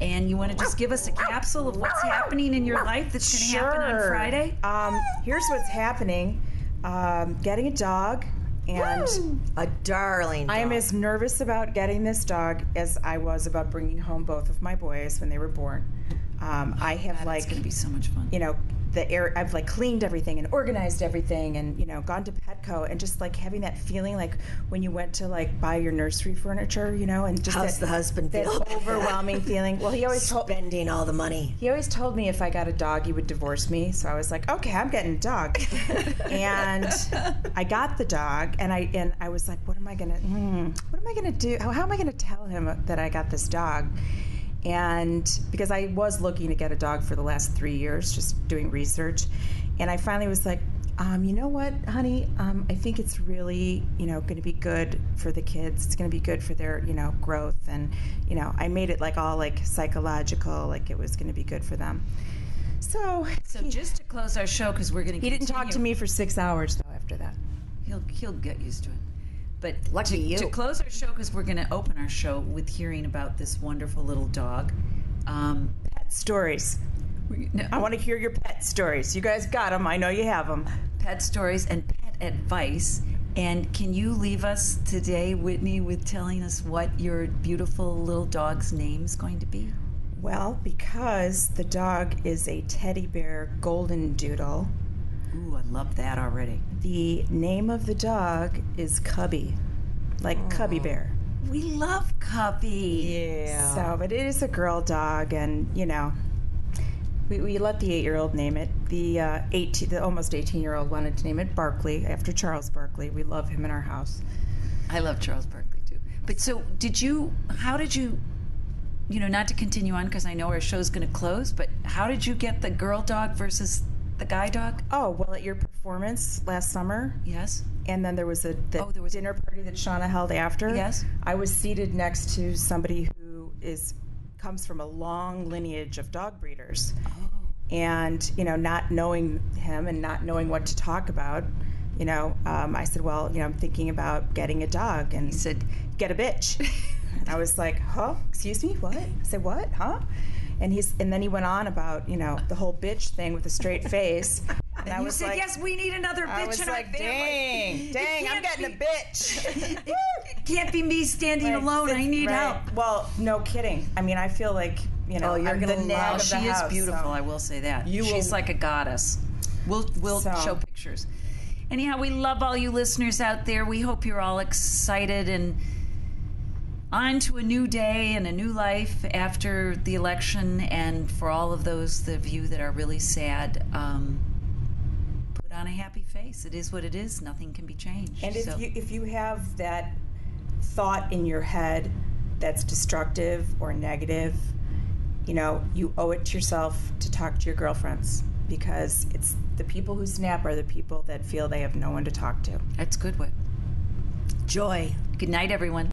Speaker 1: And you want to just give us a capsule of what's happening in your life that's going to happen on
Speaker 4: Sure.
Speaker 1: Friday?
Speaker 4: Um, here's what's happening: um, getting a dog, and
Speaker 3: a darling.
Speaker 4: I am
Speaker 3: dog.
Speaker 4: as nervous about getting this dog as I was about bringing home both of my boys when they were born. Um, I have
Speaker 1: It's
Speaker 4: like
Speaker 1: going to be so much fun.
Speaker 4: you know the air i've like cleaned everything and organized everything and you know gone to petco and just like having that feeling like when you went to like buy your nursery furniture you know and just
Speaker 3: How's
Speaker 4: that,
Speaker 3: the husband
Speaker 4: that
Speaker 3: feel?
Speaker 4: overwhelming feeling well he always told
Speaker 3: spending all the money.
Speaker 4: he always told me if I got a dog, he would divorce me. So I was like, okay, I'm getting a dog. and I got the dog, and I and I was like, what am I gonna, hmm, what am I gonna do? How, how am I gonna tell him that I got this dog? And because I was looking to get a dog for the last three years, just doing research, and I finally was like, um, you know what, honey? Um, I think it's really, you know, going to be good for the kids. It's going to be good for their, you know, growth. And, you know, I made it like all like psychological, like it was going to be good for them. So,
Speaker 1: So
Speaker 4: he,
Speaker 1: just to close our show, because we're going to
Speaker 4: he didn't talk to me for six hours though after that.
Speaker 1: He'll he'll get used to it. But
Speaker 3: Lucky
Speaker 1: to,
Speaker 3: you.
Speaker 1: to close our show because we're going to open our show with hearing about this wonderful little dog. Um,
Speaker 4: Pet stories.
Speaker 1: we- no,
Speaker 4: I want to hear your pet stories. You guys got them. I know you have them.
Speaker 1: pet stories and pet advice. And can you leave us today, Whitney, with telling us what your beautiful little dog's name is going to be?
Speaker 4: Well, because the dog is a teddy bear golden doodle,
Speaker 1: Ooh, I love that already.
Speaker 4: the name of the dog is Cubby, like Cubby Bear.
Speaker 1: We love Cuppy.
Speaker 3: Yeah.
Speaker 4: So, but it is a girl dog, and you know, we, we let the eight-year-old name it. The uh, eighteen, the almost eighteen-year-old wanted to name it Barkley after Charles Barkley. We love him in our house.
Speaker 1: I love Charles Barkley too. But so, did you? How did you you know, not to continue on because I know our show's going to close, but how did you get the girl dog versus the guy dog?
Speaker 4: Oh, well, at your performance last summer,
Speaker 1: Yes.
Speaker 4: and then there was a the
Speaker 1: Oh, there was-
Speaker 4: dinner party that Shauna held after.
Speaker 1: Yes.
Speaker 4: I was seated next to somebody who is comes from a long lineage of dog breeders.
Speaker 1: Oh.
Speaker 4: And you know, not knowing him and not knowing what to talk about, you know, um, I said, "Well, you know, I'm thinking about getting a dog." And he
Speaker 1: said-
Speaker 4: "Get a bitch." and I was like, "Huh? Excuse me? What?" I said, "What? Huh?" And he's and then he went on about you know the whole bitch thing with a straight face. And I
Speaker 1: you
Speaker 4: was
Speaker 1: said,
Speaker 4: like,
Speaker 1: yes, we need another bitch
Speaker 4: I was
Speaker 1: in
Speaker 4: like,
Speaker 1: our family.
Speaker 4: dang,
Speaker 1: It
Speaker 4: dang, I'm
Speaker 1: can't
Speaker 4: getting a
Speaker 1: be-
Speaker 4: bitch.
Speaker 1: It can't be me standing
Speaker 4: Like,
Speaker 1: alone. I
Speaker 4: that's
Speaker 1: need
Speaker 4: right.
Speaker 1: help.
Speaker 4: Well, no kidding. I mean, I feel like you know,
Speaker 3: Oh, you're
Speaker 4: I'm the
Speaker 3: gonna
Speaker 4: nag
Speaker 3: love-
Speaker 4: of the
Speaker 1: she
Speaker 4: house,
Speaker 1: is beautiful.
Speaker 4: so-
Speaker 1: I will say that.
Speaker 4: You
Speaker 1: She's
Speaker 4: will-
Speaker 1: like a goddess. We'll we'll
Speaker 4: So-
Speaker 1: show pictures. Anyhow, we love all you listeners out there. We hope you're all excited and on to a new day and a new life after the election. And for all of those of you that are really sad, um, put on a happy face. It is what it is. Nothing can be changed.
Speaker 4: And if
Speaker 1: So-
Speaker 4: you if you have that thought in your head that's destructive or negative, you know, you owe it to yourself to talk to your girlfriends because it's the people who snap are the people that feel they have no one to talk to.
Speaker 1: that's Goodwood.
Speaker 3: Joy.
Speaker 1: Good night, everyone.